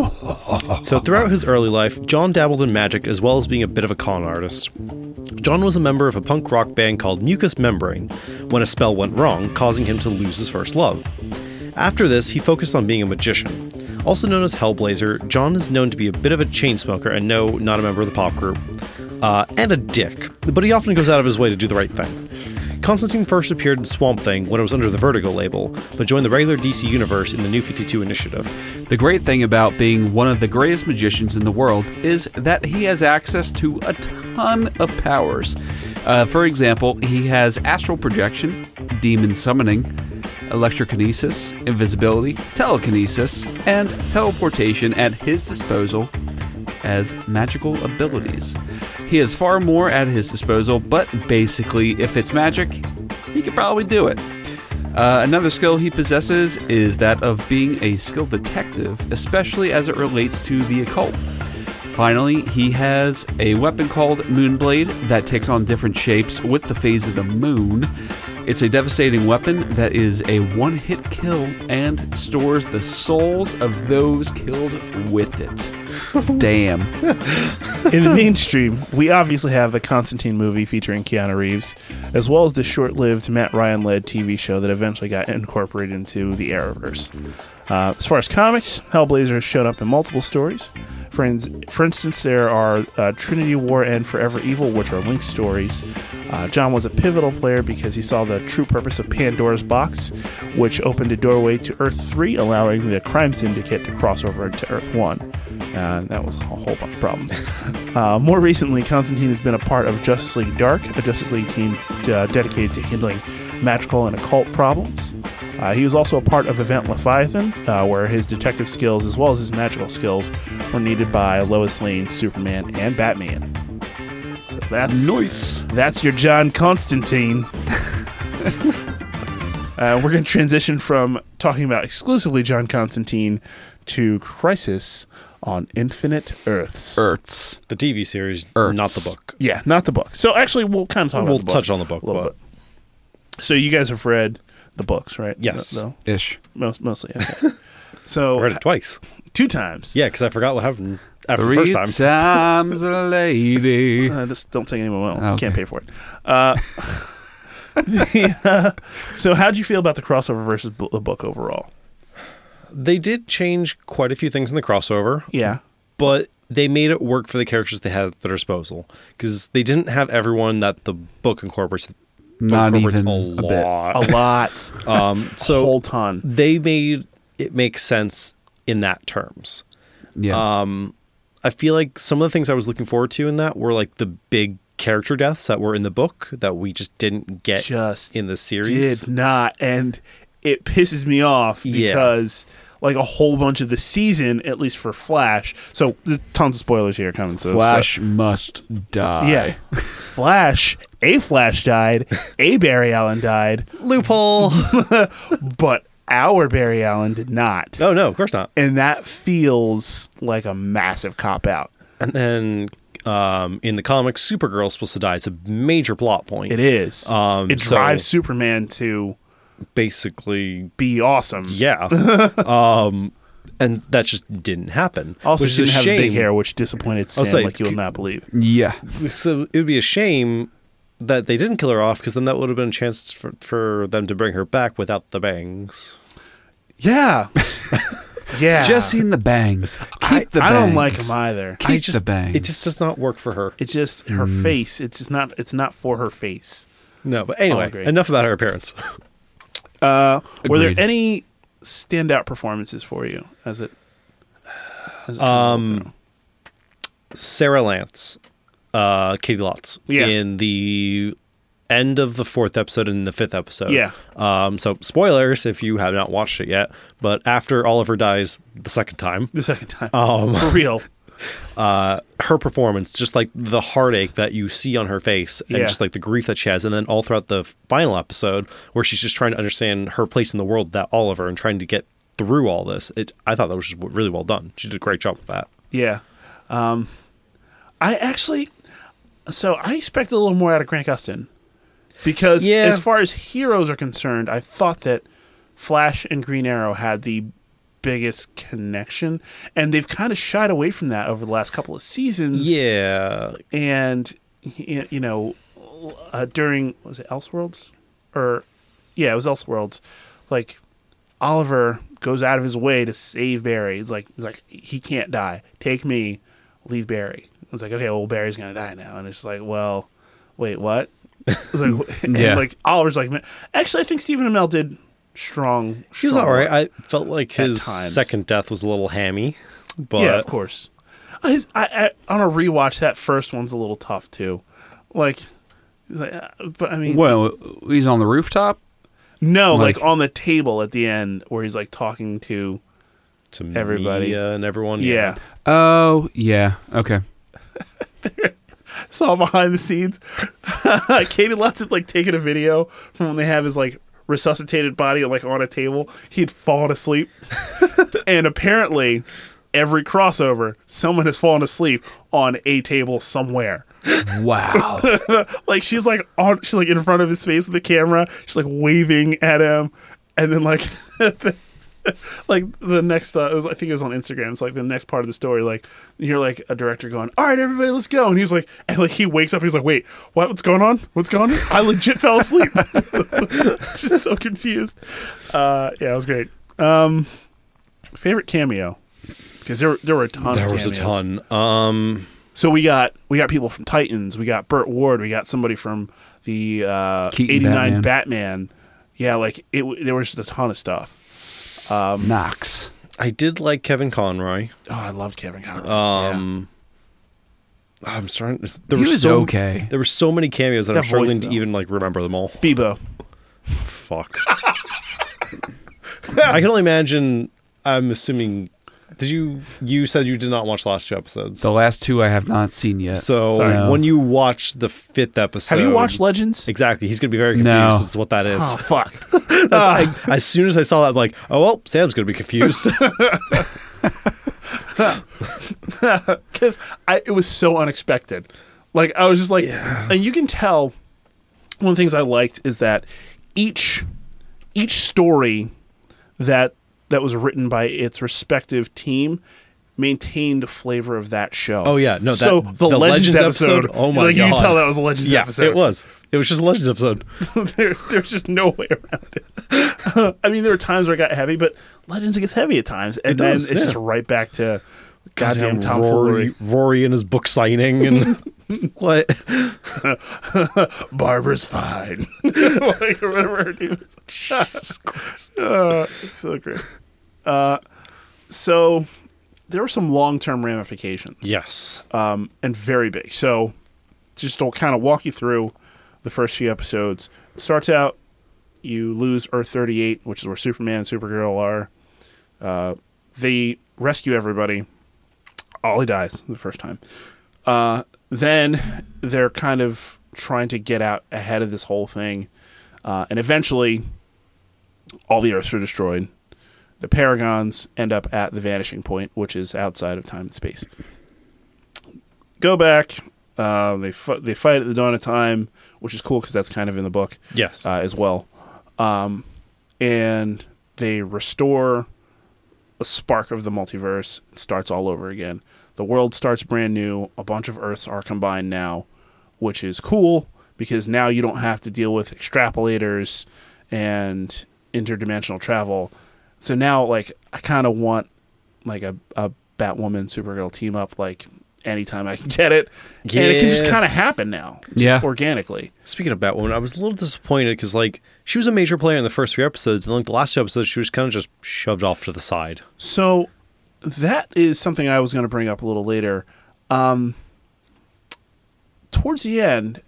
so, throughout his early life, John dabbled in magic as well as being a bit of a con artist. John was a member of a punk rock band called Mucus Membrane when a spell went wrong, causing him to lose his first love. After this, he focused on being a magician. Also known as Hellblazer, John is known to be a bit of a chain smoker and no, not a member of the pop group, uh, and a dick, but he often goes out of his way to do the right thing. Constantine first appeared in Swamp Thing when it was under the Vertigo label, but joined the regular DC Universe in the New 52 initiative. The great thing about being one of the greatest magicians in the world is that he has access to a ton of powers. Uh, for example, he has astral projection, demon summoning, electrokinesis, invisibility, telekinesis, and teleportation at his disposal as magical abilities. He has far more at his disposal, but basically, if it's magic, he could probably do it. Uh, another skill he possesses is that of being a skilled detective, especially as it relates to the occult. Finally, he has a weapon called Moonblade that takes on different shapes with the phase of the moon. It's a devastating weapon that is a one hit kill and stores the souls of those killed with it. Damn. In the mainstream, we obviously have the Constantine movie featuring Keanu Reeves, as well as the short lived Matt Ryan led TV show that eventually got incorporated into the Arrowverse. Uh, as far as comics, Hellblazer has shown up in multiple stories. For, in- for instance, there are uh, Trinity War and Forever Evil, which are linked stories. Uh, John was a pivotal player because he saw the true purpose of Pandora's box, which opened a doorway to Earth 3, allowing the crime syndicate to cross over into Earth 1. And that was a whole bunch of problems. Uh, more recently, Constantine has been a part of Justice League Dark, a Justice League team uh, dedicated to handling magical and occult problems. Uh, he was also a part of Event Leviathan, uh, where his detective skills as well as his magical skills were needed by Lois Lane, Superman, and Batman. So that's Nice. that's your John Constantine. Uh, we're going to transition from talking about exclusively John Constantine to Crisis on Infinite Earths. Earths. The TV series, Ertz. not the book. Yeah, not the book. So actually, we'll kind of talk we'll about the touch book on the book, a little but bit. So you guys have read the books, right? Yes. No, no? Ish. most, mostly. Okay. so I read it twice. two times. Yeah, because I forgot what happened after Three the first time. times a lady. Uh, this don't take anyone well. Ah, Okay. Can't pay for it. Uh, the, uh, so how would you feel about the crossover versus b- the book overall? They did change quite a few things in the crossover, Yeah. but they made it work for the characters they had at their disposal because they didn't have everyone that the book incorporates. The book Not incorporates even a a bit. lot. A lot. um, a so whole ton. they made it make sense in that terms. Yeah. Um, I feel like some of the things I was looking forward to in that were like the big character deaths that were in the book that we just didn't get Just in the series. did not. And it pisses me off Yeah. because like a whole bunch of the season, at least for Flash. So there's tons of spoilers here coming. So Flash must so- die. yeah. Flash. A Flash died. A Barry Allen died. Loophole. But our Barry Allen did not. oh no, of course not. and that feels like a massive cop out. And then um, in the comics, Supergirl's supposed to die. It's a major plot point. It is. Um, it so- drives Superman to Basically, be awesome. yeah. um, and that just didn't happen. Also, which she is didn't a have shame. big hair, which disappointed Sam say, like you will c- not believe. Yeah. So it would be a shame that they didn't kill her off because then that would have been a chance for, for them to bring her back without the bangs. Yeah, yeah. Jesse and the bangs. Keep Uh, I, the bangs. I don't like him either. Keep I the just, bangs. It just does not work for her. It's just her face. It's just not. It's not for her face. No, but I'll anyway, agree. enough about her appearance. Uh, were there Agreed. any standout performances for you? As it. As it Um, through? Sarah Lance, uh, Katie Lotz, Yeah. in the end of the fourth episode and the fifth episode. Yeah. Um, so spoilers if you have not watched it yet, but after Oliver dies the second time, the second time um, for real. uh, her performance, just like the heartache that you see on her face and Yeah. just like the grief that she has. And then all throughout the final episode where she's just trying to understand her place in the world, that Oliver and trying to get through all this. It, I thought that was just really well done. She did a great job with that. Yeah. Um, I actually, so I expected a little more out of Grant Gustin because Yeah. as far as heroes are concerned, I thought that Flash and Green Arrow had the biggest connection, and they've kind of shied away from that over the last couple of seasons. Yeah. And, y- you know, uh, during, was it Elseworlds? Or, yeah, it was Elseworlds. Like, Oliver goes out of his way to save Barry. It's like it's like he can't die. Take me, leave Barry. It's like okay, well Barry's gonna die now, and it's like well, wait what? It's like, and Yeah. like Oliver's like "Man, actually I think Stephen Amell did strong. She was strong all right. work." I felt like At his times. second death was a little hammy, but yeah, of course. I, I, I on a rewatch that first one's a little tough too, like. like, uh, But I mean, Well, he's on the rooftop. no, like, like- on the table at the end where he's like talking to, to Everybody. Mia and everyone. yeah, Oh, yeah. Okay. saw behind the scenes. Katie Lutz had like taken a video from when they have his like resuscitated body like on a table. He'd fallen asleep, and apparently, every crossover, someone has fallen asleep on a table somewhere. Wow. Like she's like on, she's like in front of his face with the camera. She's like waving at him, and then like. Like the next, uh, it was I think it was on Instagram. It's like the next part of the story. Like you're like a director going, "All right, everybody, let's go," and he's like, and like he wakes up, he's like, "Wait, what? What's going on? What's going on? I legit fell asleep." Just so confused. Uh, yeah, it was great. Um, favorite cameo because there were- there were a ton. of There was a cameos. ton. Um, So we got we got people from Titans, we got Burt Ward, we got somebody from the uh, Keaton eighty nine Batman. Batman. Yeah, like it. w- There was just a ton of stuff. Knox. I did like Kevin Conroy. Oh, I loved Kevin Conroy. Um, I'm starting. There He were was so, okay. There were so many cameos that That I'm struggling voice, to though. even like remember them all. yeah. Bebo. Fuck. I can only imagine. I'm assuming Did you? You said you did not watch the last two episodes. The last two I have not seen yet. so Sorry. No. when you watch the fifth episode, Have you watched Legends? Exactly. He's gonna be very confused No. as to what that is. Oh fuck! I- as soon as I saw that, I'm like, oh well, Sam's gonna be confused. Because it was so unexpected. Like I was just like, and you can tell. One of the things I liked is that each each story that that was written by its respective team maintained a flavor of that show. Oh, yeah. No, that- so the, the Legends, Legends episode. episode, oh my like, You God. can tell that was a Legends yeah, episode. it was. It was just a Legends episode. there, there's just no way around it. I mean, there were times where it got heavy, but Legends gets heavy at times, and then does, it's yeah. just right back to goddamn, Tom Rory, tomfoolery. Rory and his book signing and what? Barbara's fine, like or whatever her name is. Jesus Christ. Uh, it's so great. Uh, so there were some long-term ramifications, Yes. um, and very big. So just I'll kind of walk you through the first few episodes. It starts out, you lose Earth 38, which is where Superman and Supergirl are. Uh, they rescue everybody. Ollie dies the first time. Uh, then they're kind of trying to get out ahead of this whole thing. Uh, and eventually, all the Earths are destroyed. The Paragons end up at the Vanishing Point, which is outside of time and space. Go back. Uh, they f- they fight at the dawn of time, which is cool because that's kind of in the book Yes. uh, as well. Um, and they restore a spark of the multiverse. It starts all over again. The world starts brand new. A bunch of Earths are combined now, which is cool because now you don't have to deal with extrapolators and interdimensional travel. So now, like, I kind of want like a, a Batwoman Supergirl team up like anytime I can get it, and it can just Yeah. kind of happen now, just Yeah. organically. Speaking of Batwoman, I was a little disappointed because like she was a major player in the first three episodes, and like the last two episodes, she was kind of just shoved off to the side. So that is something I was going to bring up a little later. Um, towards the end,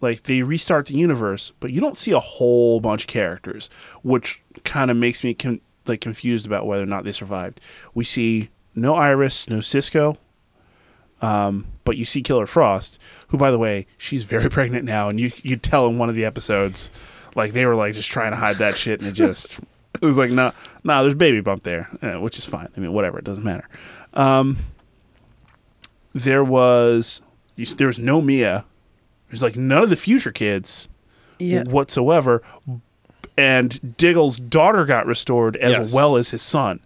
like they restart the universe, but you don't see a whole bunch of characters, which kind of makes me con like confused about whether or not they survived. We see no Iris, no Cisco, um, but you see Killer Frost, who, by the way, she's very pregnant now, and you you tell in one of the episodes, like they were like just trying to hide that shit, and it just it was like nah, nah, there's baby bump there, eh, which is fine. I mean, whatever, it doesn't matter. Um, there was you, there was no Mia. There's like none of the future kids whatsoever, and Diggle's daughter got restored as Yes. well as his son.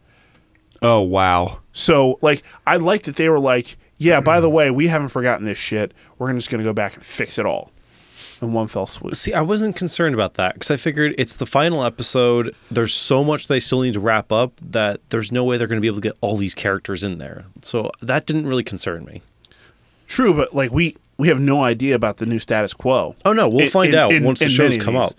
oh wow. So like I like that they were like, yeah, by the way, we haven't forgotten this shit. We're just gonna go back and fix it all in one fell swoop. See, I wasn't concerned about that because I figured it's the final episode. There's so much they still need to wrap up that there's no way they're going to be able to get all these characters in there. So that didn't really concern me. True, but like we we have no idea about the new status quo. Oh no, we'll In- find in- out in- once the in shows many come ways. up,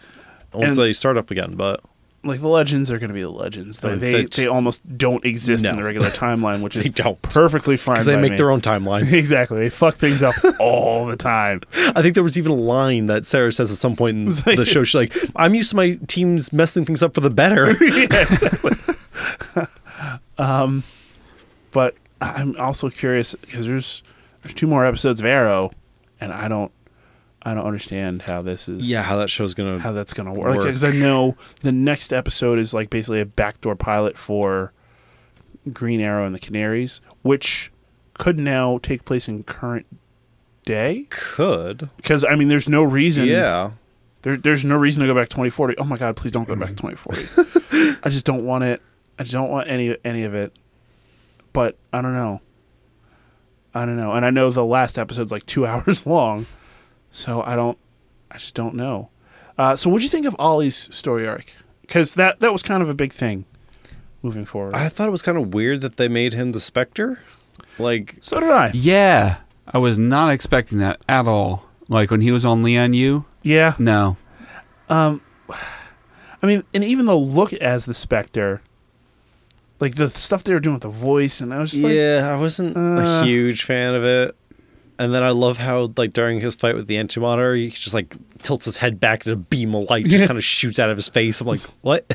once And- they start up again. But Like the legends are gonna be the legends. They Uh, they, that's- they almost don't exist No. in the regular timeline, which is don't. perfectly fine. because they by make me. their own timelines. Exactly. They fuck things up all the time. I think there was even a line that Sarah says at some point in like- the show. She's like, "I'm used to my teams messing things up for the better." yeah, exactly. um, but I'm also curious because there's there's two more episodes of Arrow, and I don't I don't understand how this is yeah, how that show's gonna. how that's gonna work Work. because I know the next episode is like basically a backdoor pilot for Green Arrow and the Canaries, which could now take place in current day could. because I mean there's no reason Yeah. there, there's no reason to go back to 2040. Oh my god, please don't go back to 2040. I just don't want it. I just don't want any any of it. But I don't know. I don't know. And I know the last episode's like 2 hours long. So I don't I just don't know. Uh, so what'd you think of Ollie's story arc? Cuz that that was kind of a big thing moving forward. I thought it was kind of weird that they made him the Spectre. Like, so did I. Yeah, I was not expecting that at all. Like when he was on Leon U. Yeah. No. I mean, and even the look as the Spectre like the stuff they were doing with the voice and I was just like yeah, I wasn't uh, a huge fan of it. And then I love how, like, during his fight with the Antimonitor, he just like tilts his head back and a beam of light just Yeah. kind of shoots out of his face. I'm like, what?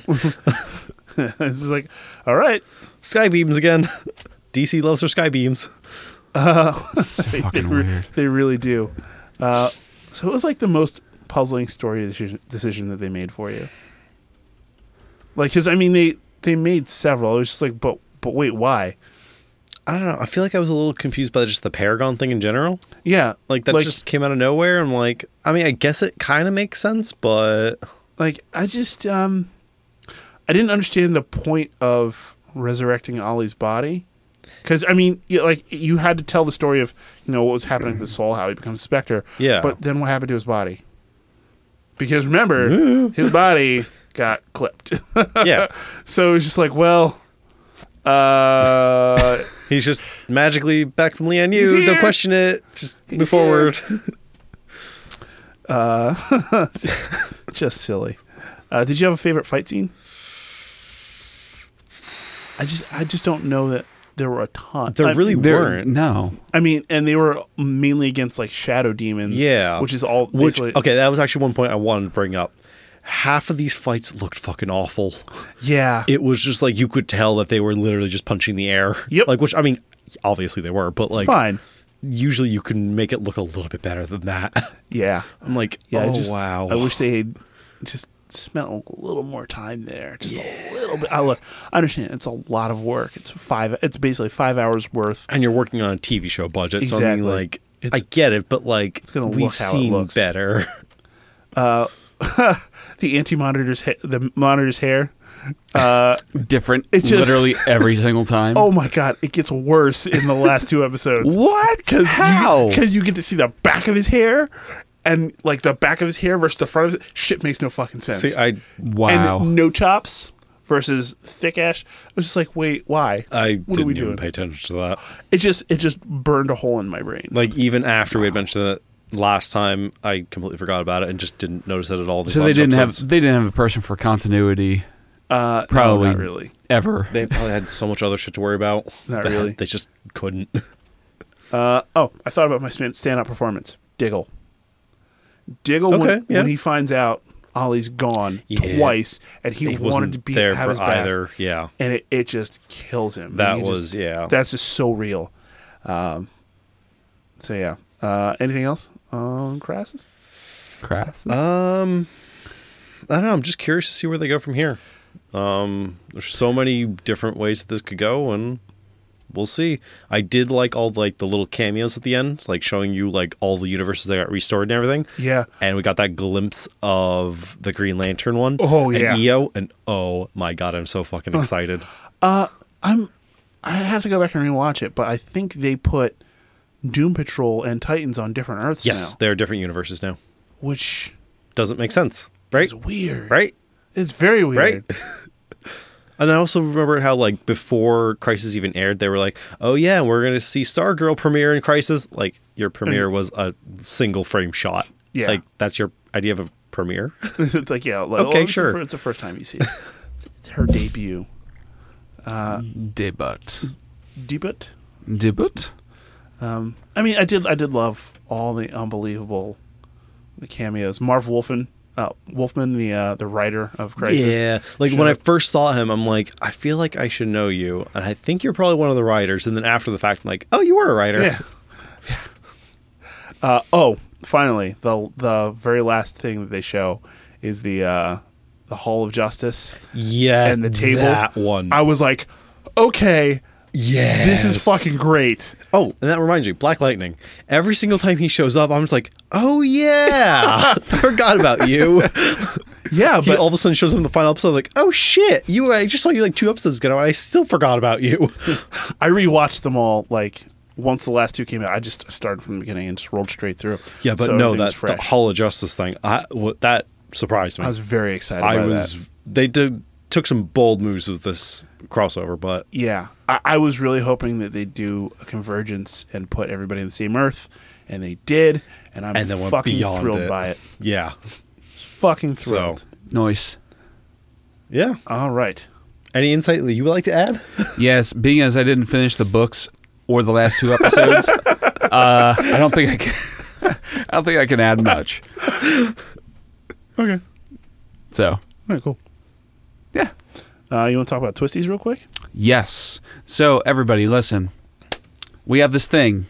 it's just like, all right, Skybeams again. DC loves their skybeams. they, fucking re- weird. they really do. Uh, so it was like the most puzzling story deci- decision that they made for you. Like, because I mean, they they made several. It was just like, but but wait, why? I don't know. I feel like I was a little confused by just the Paragon thing in general. Yeah, Like that just came out of nowhere. I'm like, I mean, I guess it kind of makes sense, but like I just um, I didn't understand the point of resurrecting Ollie's body. Because I mean, you, like you had to tell the story of you know what was happening to the soul, how he becomes Spectre. Yeah. But then what happened to his body? Because remember, his body got clipped. yeah, So it was just like, well, uh, he's just magically back from Leon He's Yu. here. Don't question it. Just move here. forward. uh, just, just silly. Uh, did you have a favorite fight scene? I just, I just don't know that there were a ton. There I, really There- weren't. No. I mean, and they were mainly against like shadow demons. Yeah. which is all. Which basically- okay, that was actually one point I wanted to bring up. Half of these fights looked fucking awful. yeah, It was just like you could tell that they were literally just punching the air. Yep. Like which I mean, obviously they were, but it's like fine. usually you can make it look a little bit better than that. Yeah, I'm like, yeah. I oh just- wow. I wish they had just spent a little more time there, just a little bit. I look, I understand it's a lot of work. It's five. It's basically five hours worth. and you're working on a TV show budget, so I Exactly. mean, like, It's- I get it, but like, it's gonna we've look how it seen looks. better. the anti monitor's ha- the monitor's hair. Uh, Different It just- literally every single time. oh my god, it gets worse in the last two episodes. What? How? Because you, get to see the back of his hair, and like the back of his hair versus the front of his shit makes no fucking sense. See, I, wow. And no chops versus thick ash. It was just like, wait, why? I what didn't are we even doing? pay attention to that. It just it just burned a hole in my brain. Like, even after we had mentioned that last time, I completely forgot about it and just didn't notice it at all. these so they last didn't episodes. have they didn't have a person for continuity uh, no, probably. not really. ever. They probably had so much other shit to worry about. Not that really. They just couldn't. Uh, oh, I thought about my stand- standout performance. Diggle. Diggle Okay, when, yeah. when he finds out Ollie's gone Yeah. twice, and he, He wanted wasn't to be there have for his back, either. Yeah, and it, it just kills him. That And he was- just- yeah. That's just so real. Um, so yeah. Uh, anything else on Crassus? Crass. Uh, Um, I don't know. I'm just curious to see where they go from here. Um, there's so many different ways that this could go, and we'll see. I did like all like the little cameos at the end, like showing you like all the universes that got restored and everything. Yeah. And we got that glimpse of the Green Lantern one. Oh, yeah. And EO, and oh my god, I'm so fucking excited. I'm. I have to go back and rewatch it, but I think they put Doom Patrol and Titans on different Earths yes, now, they're different universes now. which Doesn't make sense, right? is weird. Right. It's very weird. And I also remember how like before Crisis even aired, they were like, "Oh yeah, we're gonna see Stargirl premiere in Crisis." Like your premiere was a single frame shot. Yeah. like that's your idea of a premiere. it's like yeah, like, Okay, oh, it's the sure. fir- it's the first time you see it. it's her debut. Debut. Debut. Debut. Um, I mean, I did I did love all the unbelievable cameos. Marv Wolfman, uh, Wolfman, the uh, the writer of Crisis. yeah, like showed when I up. first saw him, I'm like, I feel like I should know you, and I think you're probably one of the writers. And then after the fact, I'm like, oh, you were a writer. Yeah. Uh, oh, finally, the the very last thing that they show is the uh, the Hall of Justice yes, and the table. that one. I was like, okay, yeah, this is fucking great. Oh, and that reminds me, Black Lightning. Every single time he shows up, I'm just like, oh yeah, forgot about you. Yeah, He but all of a sudden shows up in the final episode, like, oh shit, you I just saw you like two episodes ago, and I still forgot about you. I rewatched them all like once the last two came out. I just started from the beginning and just rolled straight through. Yeah, but So no, everything was that the Hall of Justice thing, I w- that surprised me. I was very excited. I by was- that. they did took some bold moves with this crossover, but Yeah, I, I was really hoping that they'd do a convergence and put everybody in the same Earth, and they did, and I'm and then went fucking beyond thrilled it. by it. Yeah, Fucking thrilled. So- Noise. yeah. All right. Any insight that you would like to add? Yes, being as I didn't finish the books or the last two episodes, uh, I don't think I can. I don't think I can add much. Okay. All So right. Cool. yeah, Uh, you want to talk about twisties real quick? Yes. So, everybody, listen. We have this thing.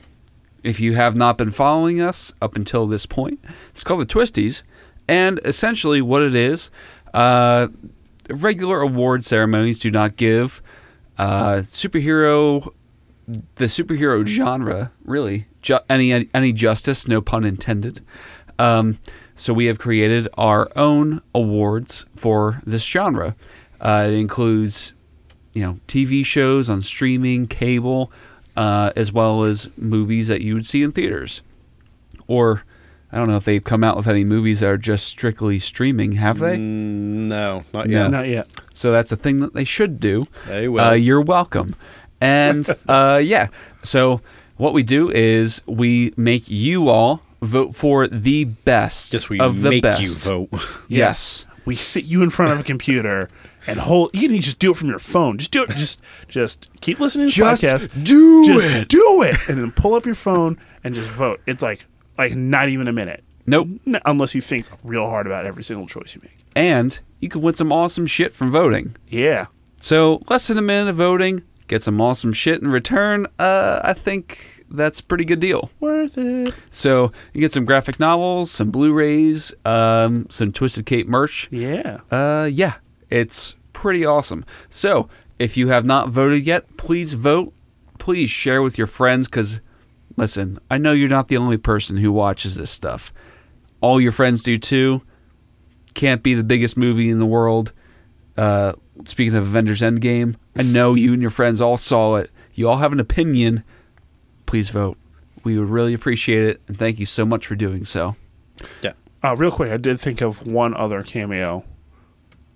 If you have not been following us up until this point, it's called the Twisties. And essentially, what it is uh, regular award ceremonies do not give uh, superhero, the superhero genre, really, ju- any, any justice, no pun intended. Um, so, we have created our own awards for this genre. Uh, it includes you know TV shows on streaming, cable, uh, as well as movies that you would see in theaters. Or I don't know if they've come out with any movies that are just strictly streaming, have they? Mm. No, not No. yet. Not yet. So that's a thing that they should do. They will. Uh, you're welcome. And uh, yeah, so what we do is we make you all vote for the best Yes, we of the make best. you vote. Yes. We sit you in front of a computer and hold. You can just do it from your phone. Just do it. Just just keep listening to the Just podcast. do just it. do it, and then pull up your phone and just vote. It's like like not even a minute, Nope. N- unless you think real hard about every single choice you make. And you can win some awesome shit from voting. Yeah. So less than a minute of voting, get some awesome shit in return. Uh, I think that's a pretty good deal. Worth it. So you get some graphic novels, some Blu-rays, um, some Twisted Cape merch. Yeah. Uh, yeah, it's pretty awesome. So if you have not voted yet, please vote. Please share with your friends because, listen, I know you're not the only person who watches this stuff. All your friends do too. Can't be the biggest movie in the world. Uh, speaking of Avengers Endgame, I know you and your friends all saw it. You all have an opinion. Please vote. We would really appreciate it, and thank you so much for doing so. yeah. Uh, real quick, I did think of one other cameo.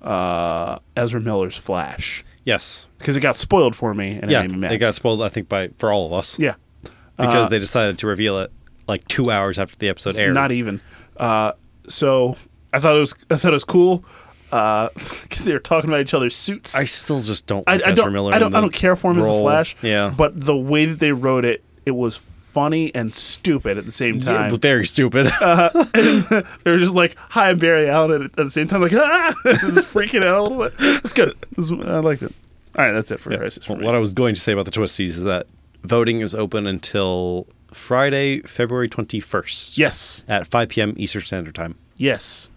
Uh, Ezra Miller's Flash, Yes. because it got spoiled for me, and it Yeah. made me mad. They got spoiled, I think, by for all of us yeah. uh, because they decided to reveal it like two hours after the episode aired. Not even. Uh, so I thought it was I thought it was cool. Uh, 'cause they were talking about each other's suits. I still just don't. I, Like I Ezra don't Miller I in don't I the don't care for him as a role. Flash. Yeah. But the way that they wrote it, it was funny and stupid at the same Yeah, time. but very stupid. Uh, they were just like, "Hi, I'm Barry Allen," and at the same time, like, "Ah!" just freaking out a little bit. It's good. This- I liked it. All right, that's it for Crisis. For me. what I was going to say about the twisties is that voting is open until Friday, February twenty first. yes, At five p.m. Eastern Standard Time. yes,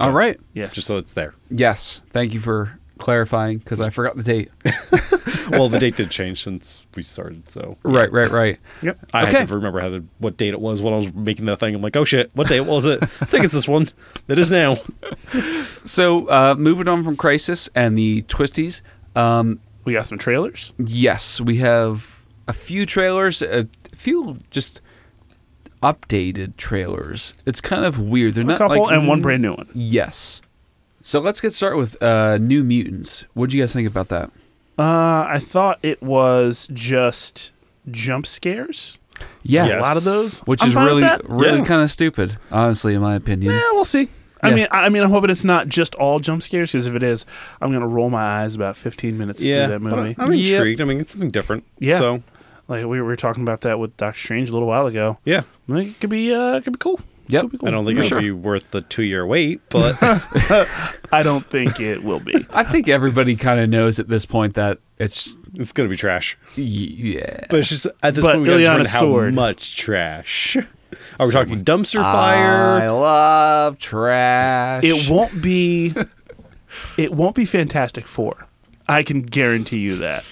All right. yes. Just so it's there. Yes. Thank you for clarifying because I forgot the date. well, the date did change since we started, so Right, right, right. yep. I Okay. had to remember how to what date it was when I was making the thing. I'm like, oh shit, what date was it? I think it's this one. It is now. So, uh, moving on from Crisis and the Twisties, um, we got some trailers. yes, we have a few trailers, a few just updated trailers. It's kind of weird. They're A not couple like, and one brand new one. Yes. So let's get started with uh, New Mutants. What do you guys think about that? Uh, I thought it was just jump scares. A Yeah, lot of those, which I'm is fine with really, that. really Yeah. kind of stupid, honestly, in my opinion. Yeah, we'll see. I Yeah. mean, I I mean, I'm hoping it's not just all jump scares because if it is, I'm gonna roll my eyes about 15 minutes through that but I- movie. I'm Yep. intrigued. I mean, it's something different. Yeah. So like we were talking about that with Doctor Strange a little while ago. yeah, I think it could be, uh, it could be cool. Yep. Could be cool. I don't think For it'll sure. be worth the two year wait, but I don't think it will be. I think everybody kind of knows at this point that it's it's gonna be trash. yeah. But it's just at this But point we gotta determine Ileana's sword. how much trash. Are we talking dumpster fire? I love trash. It won't be. it won't be Fantastic Four. I can guarantee you that.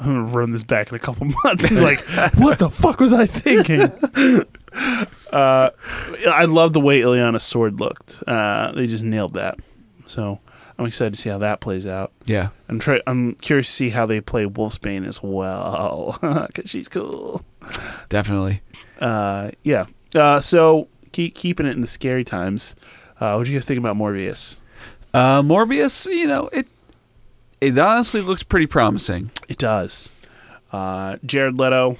I'm gonna run this back in a couple months and be like, what the fuck was I thinking? Uh, I love the way Ileana's sword looked. Uh, they just nailed that. So I'm excited to see how that plays out. yeah. I'm try- I'm curious to see how they play Wolfsbane as well because she's cool. Definitely. Uh, yeah. Uh, so keep keeping it in the scary times. Uh, what do you guys think about Morbius? Uh, Morbius, you know, it it honestly looks pretty promising. It does. Uh, Jared Leto,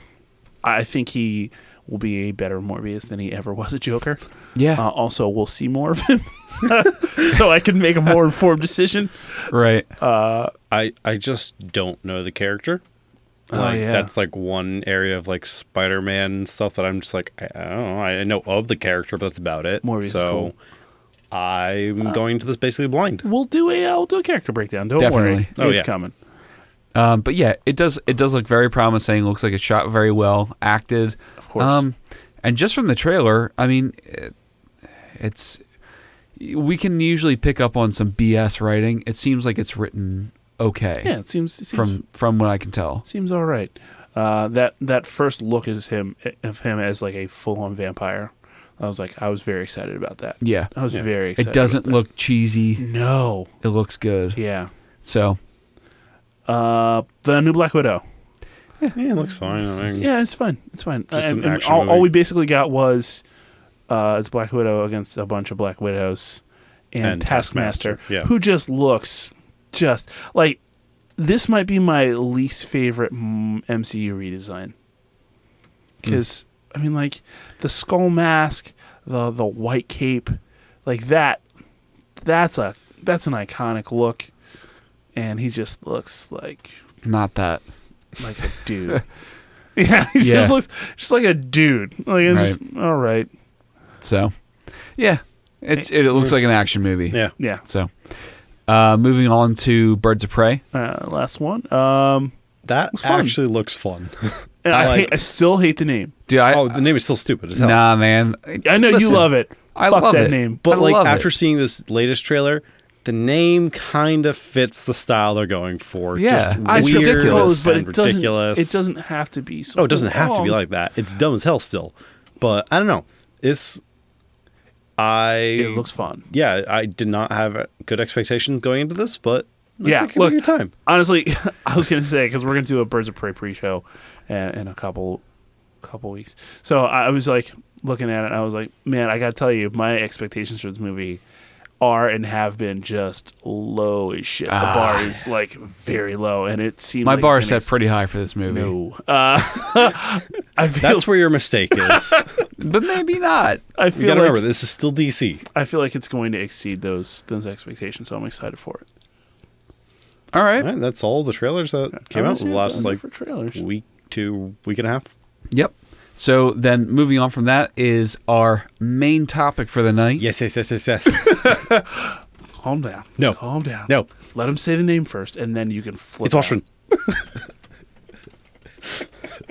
I think he will be a better Morbius than he ever was a Joker. Yeah. Uh, also, we'll see more of him, so I can make a more informed decision. right. I I just don't know the character. Oh, Like yeah. that's like one area of like Spider-Man stuff that I'm just like I, I don't know. I know of the character, but that's about it. Morbius is so cool. I'm going to this basically blind. We'll do a uh, we'll do a character breakdown. Don't worry, Definitely. Oh, it's yeah. coming. Um, but yeah, it does it does look very promising. Looks like it's shot very well, acted. Of course. Um, and just from the trailer, I mean, it, it's we can usually pick up on some BS writing. It seems like it's written okay Yeah, it seems, it seems from from what I can tell. seems all right. Uh, that that first look is him of him as like a full on vampire. I was like, I was very excited about that. Yeah, I was Yeah. very. excited it doesn't about look cheesy. that. No. It looks good. Yeah. So Uh, the new Black Widow. Yeah, it looks fine. I mean, Yeah, it's fine. It's fine. Just and, an and action all, all movie. we basically got was uh, it's Black Widow against a bunch of Black Widows and, And Taskmaster, Taskmaster, yeah. who just looks just like this might be my least favorite mm, MCU redesign Hmm. because I mean like the skull mask, the the white cape, like that. That's a that's an iconic look, and he just looks like not that. like a dude. yeah, he Yeah. just looks just like a dude. Like it's just all right. So yeah, it's it, looks like an action movie. yeah. Yeah. So uh, moving on to Birds of Prey. Uh, last one. Um, That It's fun. actually looks fun. and I, I hate, I still hate the name. Dude, I, oh, the name is still stupid as hell. Nah, man. I know Listen, you love it. I Fuck love that it. name. But I like love after it. seeing this latest trailer, the name kind of fits the style they're going for. Yeah. Just I weird suppose, but and it doesn't. ridiculous. It doesn't have to be. So Oh, it doesn't have to be long. like that. It's dumb as hell still. But I don't know. It's I It looks fun. yeah, I did not have good expectations going into this, but I Yeah, think it was look, a good time. Honestly, I was gonna say because we're gonna do a Birds of Prey pre-show in, in a couple couple weeks. So I I was like looking at it. and I was like, man, I gotta tell you, my expectations for this movie are and have been just low as shit. The Ah. bar is like very low, and it seems My like bar it's is gonna set pretty high for this movie, No, uh, I feel. That's where your mistake is. but maybe not. I you feel gotta like remember this is still DC. I feel like it's going to exceed those those expectations. So I'm excited for it. All right. All right, that's all the trailers that came out Honestly, the it last does it like for trailers. week to week and a half. Yep. So then, moving on from that is our main topic for the night. Yes, yes, yes, yes, yes. Calm down. No. calm down. no, Let him say the name first, and then you can flip. it's Watchmen.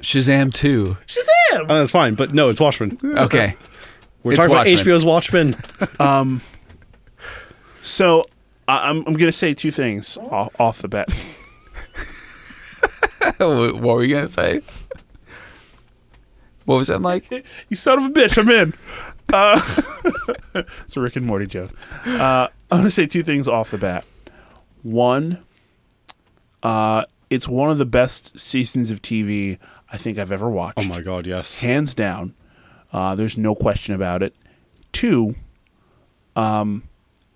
Shazam two. Shazam. Uh, that's fine, but no, it's Watchmen. Okay. We're It's talking Watchmen. about HBO's Watchmen. Um. So I, I'm I'm gonna say two things off, off the bat. what were you gonna say? What was that like? you son of a bitch, I'm in. Uh, it's a Rick and Morty joke. Uh, I'm gonna say two things off the bat. One, uh, it's one of the best seasons of TV I think I've ever watched Oh my god, yes. hands down. Uh, there's no question about it. Two, um,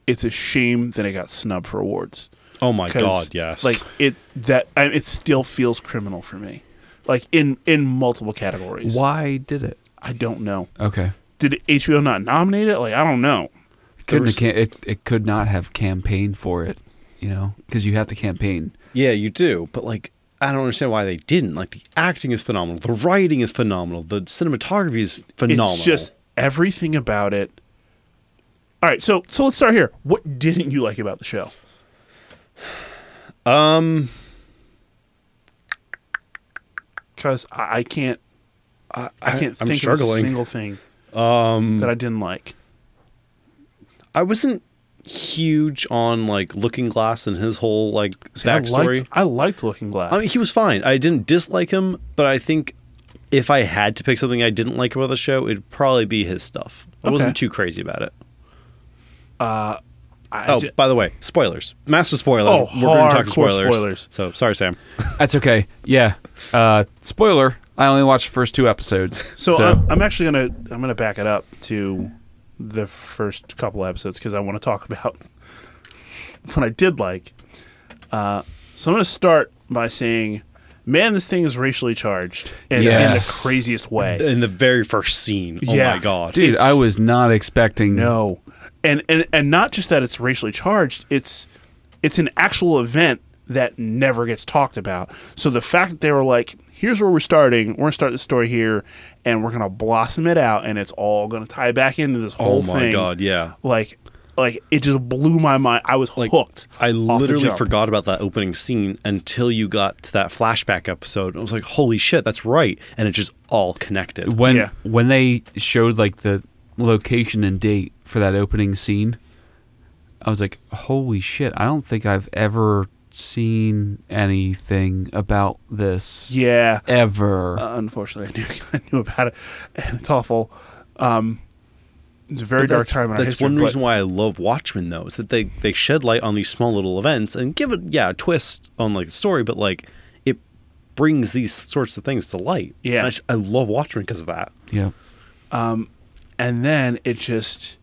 it's a shame that it got snubbed for awards. Oh my 'Cause, god, yes. Like it that I, it still feels criminal for me. Like in in multiple categories. Why did it? I don't know. Okay. Did HBO not nominate it? Like I don't know. Couldn't was- have, cam- it, it could not have campaigned for it, you know, because you have to campaign. yeah, you do, but like I don't understand why they didn't. Like the acting is phenomenal, the writing is phenomenal, the cinematography is phenomenal. It's just everything about it. All right, so so let's start here. What didn't you like about the show? um Because I, I can't I, I can't I'm think of a struggling. single thing um that I didn't like. I wasn't huge on like Looking Glass and his whole like See, I backstory. liked, I liked Looking Glass. I mean, he was fine. I didn't dislike him, but I think if I had to pick something I didn't like about the show, it'd probably be his stuff. I wasn't Okay. too crazy about it. I Oh, ju- by the way, spoilers. Massive spoilers. Oh, gonna hardcore spoilers. So sorry, Sam. That's okay. Yeah. Uh, spoiler. I only watched the first two episodes. so um, I'm, I'm actually gonna I'm gonna back it up to the first couple episodes because I want to talk about what I did like. Uh, so I'm gonna start by saying, man, this thing is racially charged in, in the Yes. craziest way. In the very first scene. Oh Yeah. my god. dude, it's- I was not expecting. No, and and and not just that it's racially charged. It's it's an actual event that never gets talked about. So the fact that they were like, "Here's where we're starting. We're gonna start the story here, and we're gonna blossom it out, and it's all gonna tie back into this Oh whole my thing." god, yeah. Like, like it just blew my mind. I was Like, hooked. I off the literally jump. forgot about that opening scene until you got to that flashback episode. I was like, holy shit, that's right. And it just all connected. when Yeah. when they showed like the location and date for that opening scene, I was like, "Holy shit! I don't think I've ever seen anything about this Yeah. ever." Uh, unfortunately, I knew I knew about it, and it's awful. Um, it's a very dark That's, time in our that's history. one but- reason why I love Watchmen, though, is that they, they shed light on these small little events and give it, yeah, a twist on like the story, but like it brings these sorts of things to light. Yeah. And I, just- I love Watchmen because of that. yeah, and then it just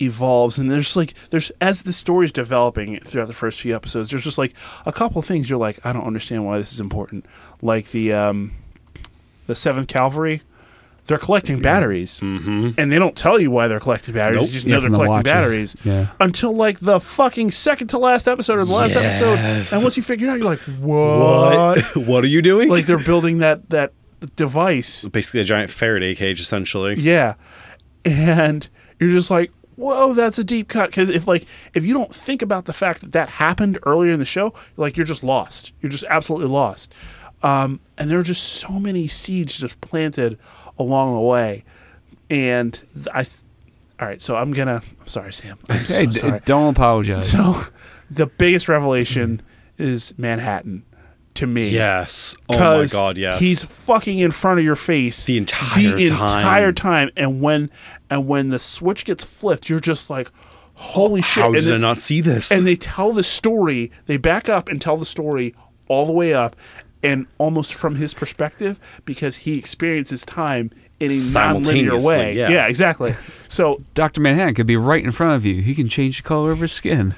evolves and there's like there's as the story's developing throughout the first few episodes there's just like a couple of things you're like i don't understand why this is important like the um the seventh cavalry they're collecting batteries mm-hmm. and they don't tell you why they're collecting batteries Nope. you just Yeah, know they're from the collecting watches. batteries Yeah. until like the fucking second to last episode or the last Yes. episode and once you figure it out you're like what what are you doing? like they're building that that device basically a giant Faraday cage, essentially. yeah. And you're just like, whoa, that's a deep cut. Because if like if you don't think about the fact that that happened earlier in the show, like you're just lost. You're just absolutely lost. Um, and there are just so many seeds just planted along the way. And th- I, th- all right, so I'm gonna. I'm sorry, Sam. I'm so Hey, d- sorry. don't apologize. so the biggest revelation is Manhattan to me. Yes. Oh my 'Cause god, yes. He's fucking in front of your face The entire the time. entire time. And when and when the switch gets flipped, you're just like, holy shit! How and, did they, I not see this? and they tell the story. They back up and tell the story all the way up, and almost from his perspective because he experiences time in a non-linear Simultaneously, way. yeah. exactly. So Doctor Manhattan could be right in front of you. He can change the color of his skin.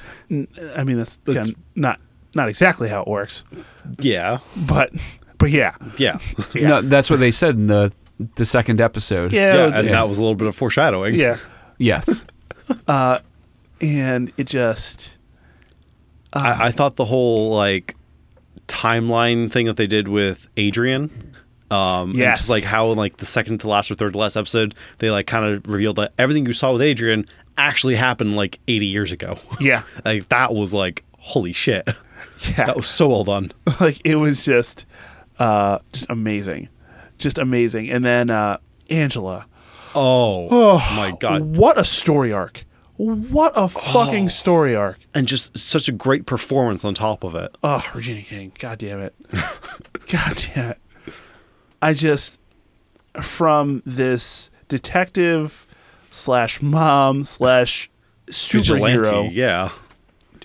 I mean, that's, that's not not exactly how it works, yeah. but but yeah, Yeah. Yeah. No, that's what they said in the the second episode. yeah, yeah. And that yes. was a little bit of foreshadowing. yeah. Yes. and it just I, I thought the whole like timeline thing that they did with Adrian. Um, and Yes. Just like how in like the second to last or third to last episode, they like kind of revealed that everything you saw with Adrian actually happened like 80 years ago. yeah, like that was like holy shit. yeah. That was so well done. like it was just uh just amazing just amazing and then uh angela Oh, my god. Oh. what a story arc what a fucking story arc And just such a great performance on top of it. oh regina king god damn it god damn it i just from this detective slash mom slash superhero Vigilante, yeah.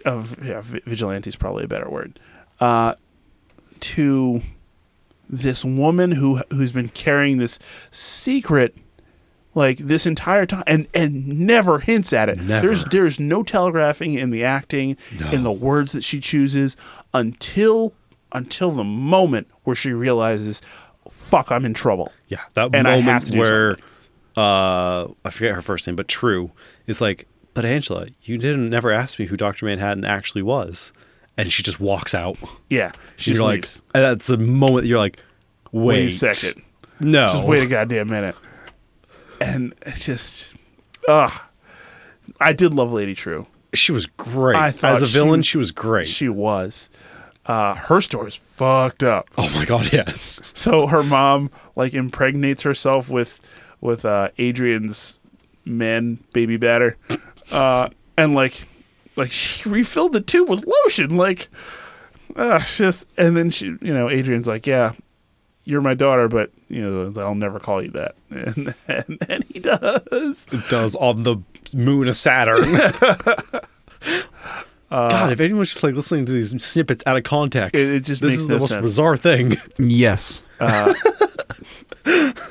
of yeah, vi- vigilante is probably a better word. Uh, to this woman who who's been carrying this secret like this entire time and and never hints at it. Never. There's there's no telegraphing in the acting in the words that she chooses until until the moment where she realizes fuck I'm in trouble. Yeah, that And I moment have to do where uh, I forget her first name, but True is like, but Angela, you didn't never ask me who Doctor Manhattan actually was, and she just walks out. Yeah. She you're just like, leaves. and that's a moment that you're like, wait, Wait a second. no, Just wait a goddamn minute. And it just, ugh. I did love Lady True. she was great I thought as a she villain. was- She was great. She was. Uh, her story's fucked up. oh my god, yes, So her mom like impregnates herself with with uh, Adrian's man baby batter, uh, and like like she refilled the tube with lotion. Like, uh, just and then she you know Adrian's like yeah. You're my daughter, but you know I'll never call you that. And and, and he does. it does on the moon of Saturn. God, if anyone's just like listening to these snippets out of context, Uh, It- it just this makes is no the most sense. bizarre thing. yes.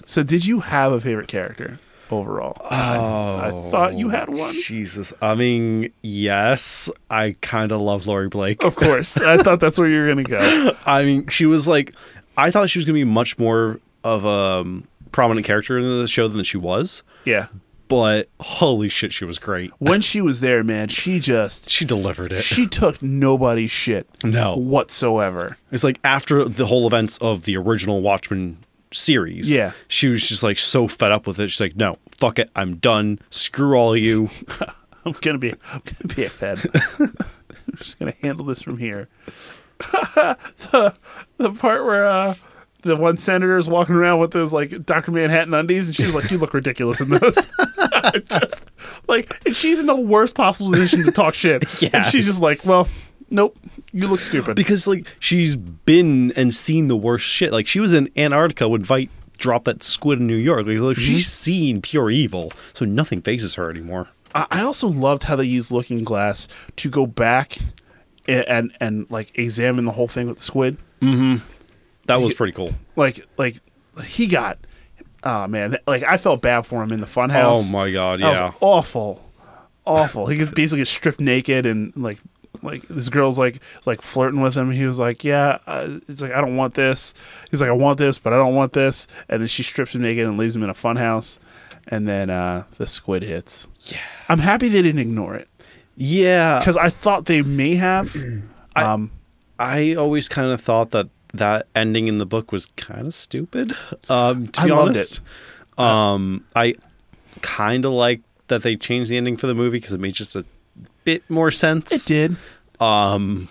So, did you have a favorite character overall? I, I thought you had one. Jesus. I mean, yes, I kind of love Lori Blake. Of course, I thought that's where you were gonna go. I mean, she was like, I thought she was going to be much more of a um, prominent character in the show than she was, Yeah, but holy shit, she was great. when she was there, man, she just She delivered it. she took nobody's shit No. whatsoever. It's like after the whole events of the original Watchmen series. Yeah. She was just like so fed up with it. She's like, no, fuck it. I'm done. Screw all you. I'm gonna be I'm gonna be a fed. I'm just gonna handle this from here. the, the part where uh, the one senator is walking around with those like Dr. Manhattan undies, and she's like, "You look ridiculous in those." just like, and she's in the worst possible position to talk shit. Yeah. and she's just like, "Well, nope, you look stupid." because like she's been and seen the worst shit. Like she was in Antarctica when Vite dropped that squid in New York. Like, like, Mhm. she's seen pure evil, so nothing faces her anymore. I I also loved how they used Looking Glass to go back and and, and like examine the whole thing with the squid. That was pretty cool. Like like he got oh man, th- like I felt bad for him in the funhouse. Oh my god, That was yeah. awful. Awful. He could basically get stripped naked and like like this girl's like like flirting with him. He was like, "Yeah," uh, it's like I don't want this. He's like, "I want this, but I don't want this." And then she strips him naked and leaves him in a funhouse. And then uh, the squid hits. Yeah, I'm happy they didn't ignore it. Yeah, because I thought they may have. Um, I always kind of thought that that ending in the book was kind of stupid. Um, to I be loved honest, um, I kind of like that they changed the ending for the movie because it made just a bit more sense. it did. Um,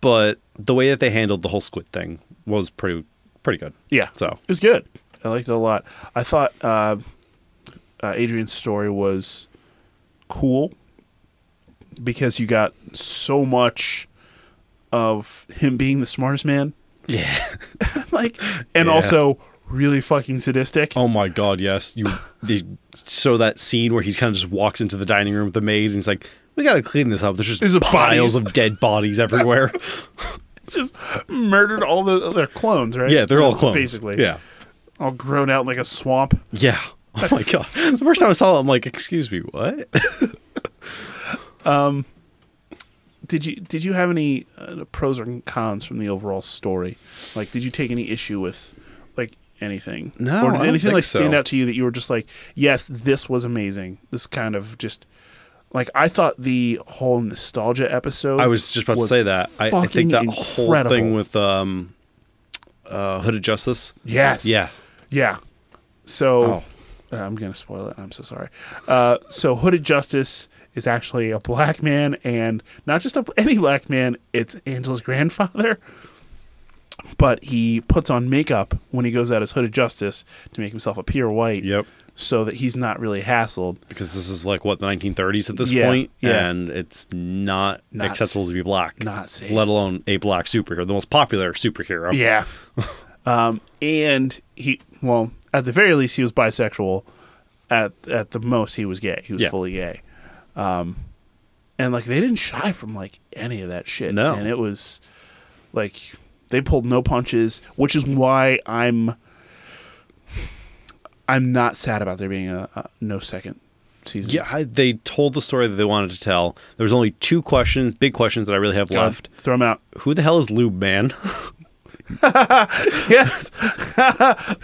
but the way that they handled the whole squid thing was pretty pretty good. Yeah, So it was good. I liked it a lot. I thought uh, uh, Adrian's story was cool because you got so much of him being the smartest man, yeah. like, and Yeah. also really fucking sadistic. Oh my god, yes. You they so that scene where he kind of just walks into the dining room with the maid and he's like, "We got to clean this up. There's just There's a bodies." piles of dead bodies everywhere." Just murdered all the their clones, right? yeah, they're all clones. basically. Yeah. all grown out like a swamp. Yeah. Oh my god. The first time I saw it, I'm like, "Excuse me, what?" did you did you have any uh, pros or cons from the overall story? Like, did you take any issue with like anything? No, or I did don't anything think like stand so. out to you that you were just like, yes, this was amazing. This kind of just like I thought the whole nostalgia episode. I was just about to was say that. I, I fucking think that whole incredible. thing with um uh Hooded Justice. yes, Yeah. yeah. So uh, I'm gonna spoil it. I'm so sorry. Uh, so Hooded Justice is actually a black man, and not just a, any black man. It's Angela's grandfather. But he puts on makeup when he goes out as Hooded Justice to make himself appear white, Yep. so that he's not really hassled. because this is like what the 1930s at this Yeah, point, yeah. and it's not, Not acceptable to be black, not safe. let alone a black superhero, the most popular superhero. Yeah. um, and he, well, at the very least, he was bisexual. At at the most, he was gay. He was Yeah. fully gay. Um, and like they didn't shy from like any of that shit. No. and it was like they pulled no punches, which is why I'm I'm not sad about there being a, a no second season. Yeah, I, they told the story that they wanted to tell. There's only two questions, big questions that I really have God, left. Throw them out. Who the hell is Lube Man? Yes.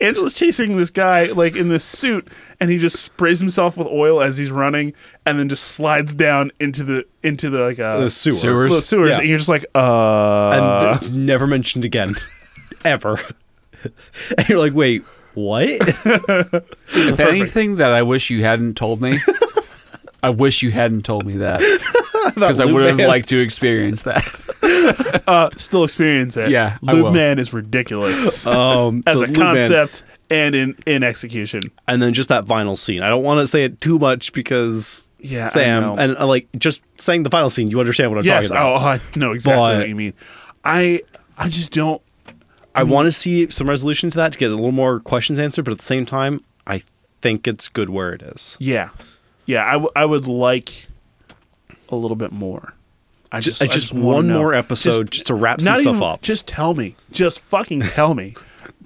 Angela's chasing this guy like in this suit and he just sprays himself with oil as he's running and then just slides down into the into the like uh the sewer. Sewers. little sewers Yeah. and you're just like uh And it's never mentioned again, ever. and you're like, wait, what? If anything that I wish you hadn't told me, I wish you hadn't told me that because I Lube would have Man. liked to experience that. uh still experience it. Yeah, I Lube will. Man is ridiculous. Um, as so a Lube Man- concept and in in execution. and then just that final scene. I don't want to say it too much because Yeah, I know. Sam and uh, like just saying the final scene. You understand what I'm Yes, talking about? oh, I know exactly But- what you mean. I I just don't I want to see some resolution to that to get a little more questions answered, but at the same time, I think it's good where it is. Yeah, yeah. I, w- I would like a little bit more. I Just, I Uh, just, wanna one know. more episode just, to wrap some not stuff even- up. Just tell me. Just fucking tell me.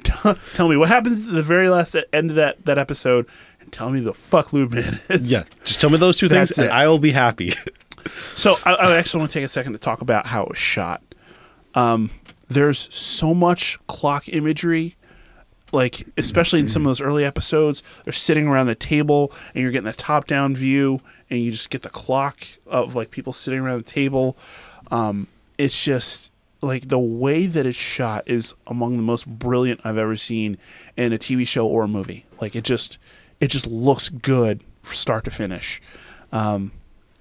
T- tell me what happens at the very last e- end of that that episode, and tell me the fuck Lube Man is. yeah, just tell me those two That's things, and it. I will be happy. So I, I actually want to take a second to talk about how it was shot. Um, there's so much clock imagery, like especially in some of those early episodes. They're sitting around the table, and you're getting the top-down view, and you just get the clock of like people sitting around the table. Um, it's just like the way that it's shot is among the most brilliant I've ever seen in a TV show or a movie. Like it just, it just looks good from start to finish. um,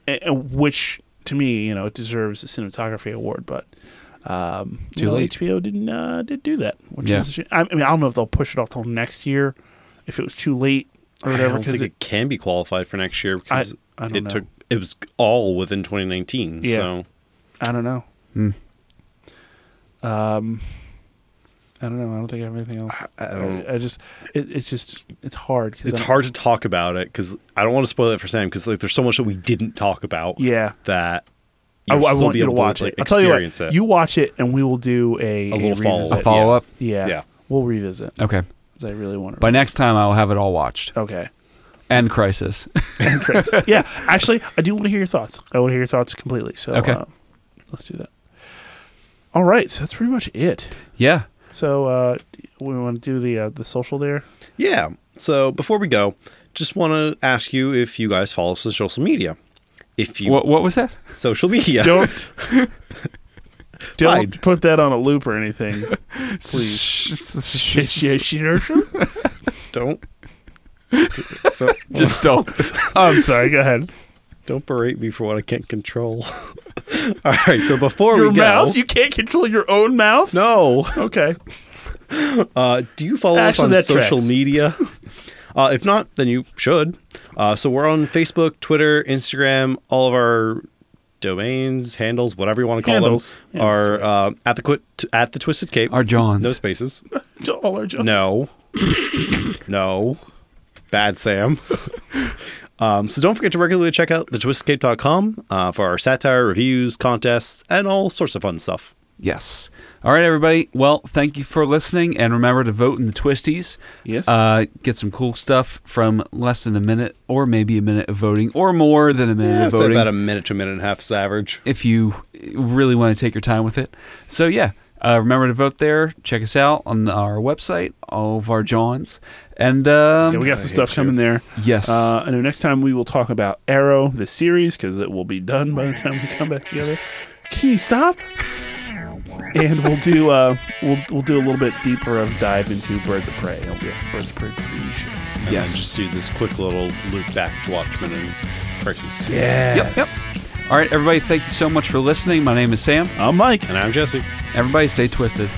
a- a- which to me, you know, it deserves a cinematography award, but um, you Too know, late. HBO didn't uh, did do that. Which Yeah. is a shame. I I mean, I don't know if they'll push it off till next year if it was too late or I whatever. don't think Because it, can be qualified for next year I, because I don't it know. took it was all within 2019. Yeah. So I don't know. Hmm. Um, I don't know. I don't think I have anything else. I I, don't. I just, it, it's just, it's hard. 'cause It's I'm- hard to talk about it because I don't want to spoil it for Sam because like there's so much that we didn't talk about Yeah. that I, you'll I still want be you to able watch like, it. I'll tell you experience what. it. You watch it, and we will do a, A little follow-up. revisit. A follow up. Yeah. Yeah. We'll revisit. Okay. 'cause I really want to. By next time, I'll have it all watched. okay. And Crisis. Crisis. yeah. Actually, I do want to hear your thoughts. I want to hear your thoughts completely. So, Okay. uh, let's do that. All right. So that's pretty much it. yeah. So uh, we want to do the uh, the social there. Yeah. So before we go, just want to ask you if you guys follow us on social media. If you What What was that? social media, Don't. Don't Fine. put that on a loop or anything. Please. I'm don't. So, Just don't. sorry. Go ahead. don't berate me for what I can't control. All right. So before Your we go, mouth. You can't control your own mouth. no. Okay. Uh, do you follow Actually, that us on social tracks. media? Uh, if not, then you should. Uh, so we're on Facebook, Twitter, Instagram, all of our domains, handles, whatever you want to call Handles. them, are uh, at the quit at the Twisted Cape. Our Johns. no spaces. All our jokes. No, no, bad Sam. Um, so don't forget to regularly check out thetwistedcape.com uh, for our satire, reviews, contests, and all sorts of fun stuff. Yes. All right, everybody. Well, thank you for listening, and remember to vote in the Twisties. Yes. Uh, get some cool stuff from less than a minute, or maybe a minute of voting, or more than a minute Yeah, of it's voting, about a minute to a minute and a half is average. if you really want to take your time with it. So yeah, uh, remember to vote there. Check us out on our website, all of our Johns, and um, yeah, we got I some hate stuff you. coming there. yes, Uh, I know next time we will talk about Arrow, the series, because it will be done by the time we come back together. Can you stop? And we'll do uh, we'll we'll do a little bit deeper of dive into Birds of Prey. It'll be a Birds of Prey TV show. and then yes. just do this quick little loop back to Watchmen and Crisis. Yes. All right, everybody. Thank you so much for listening. My name is Sam. I'm Mike. And I'm Jesse. Everybody, stay twisted.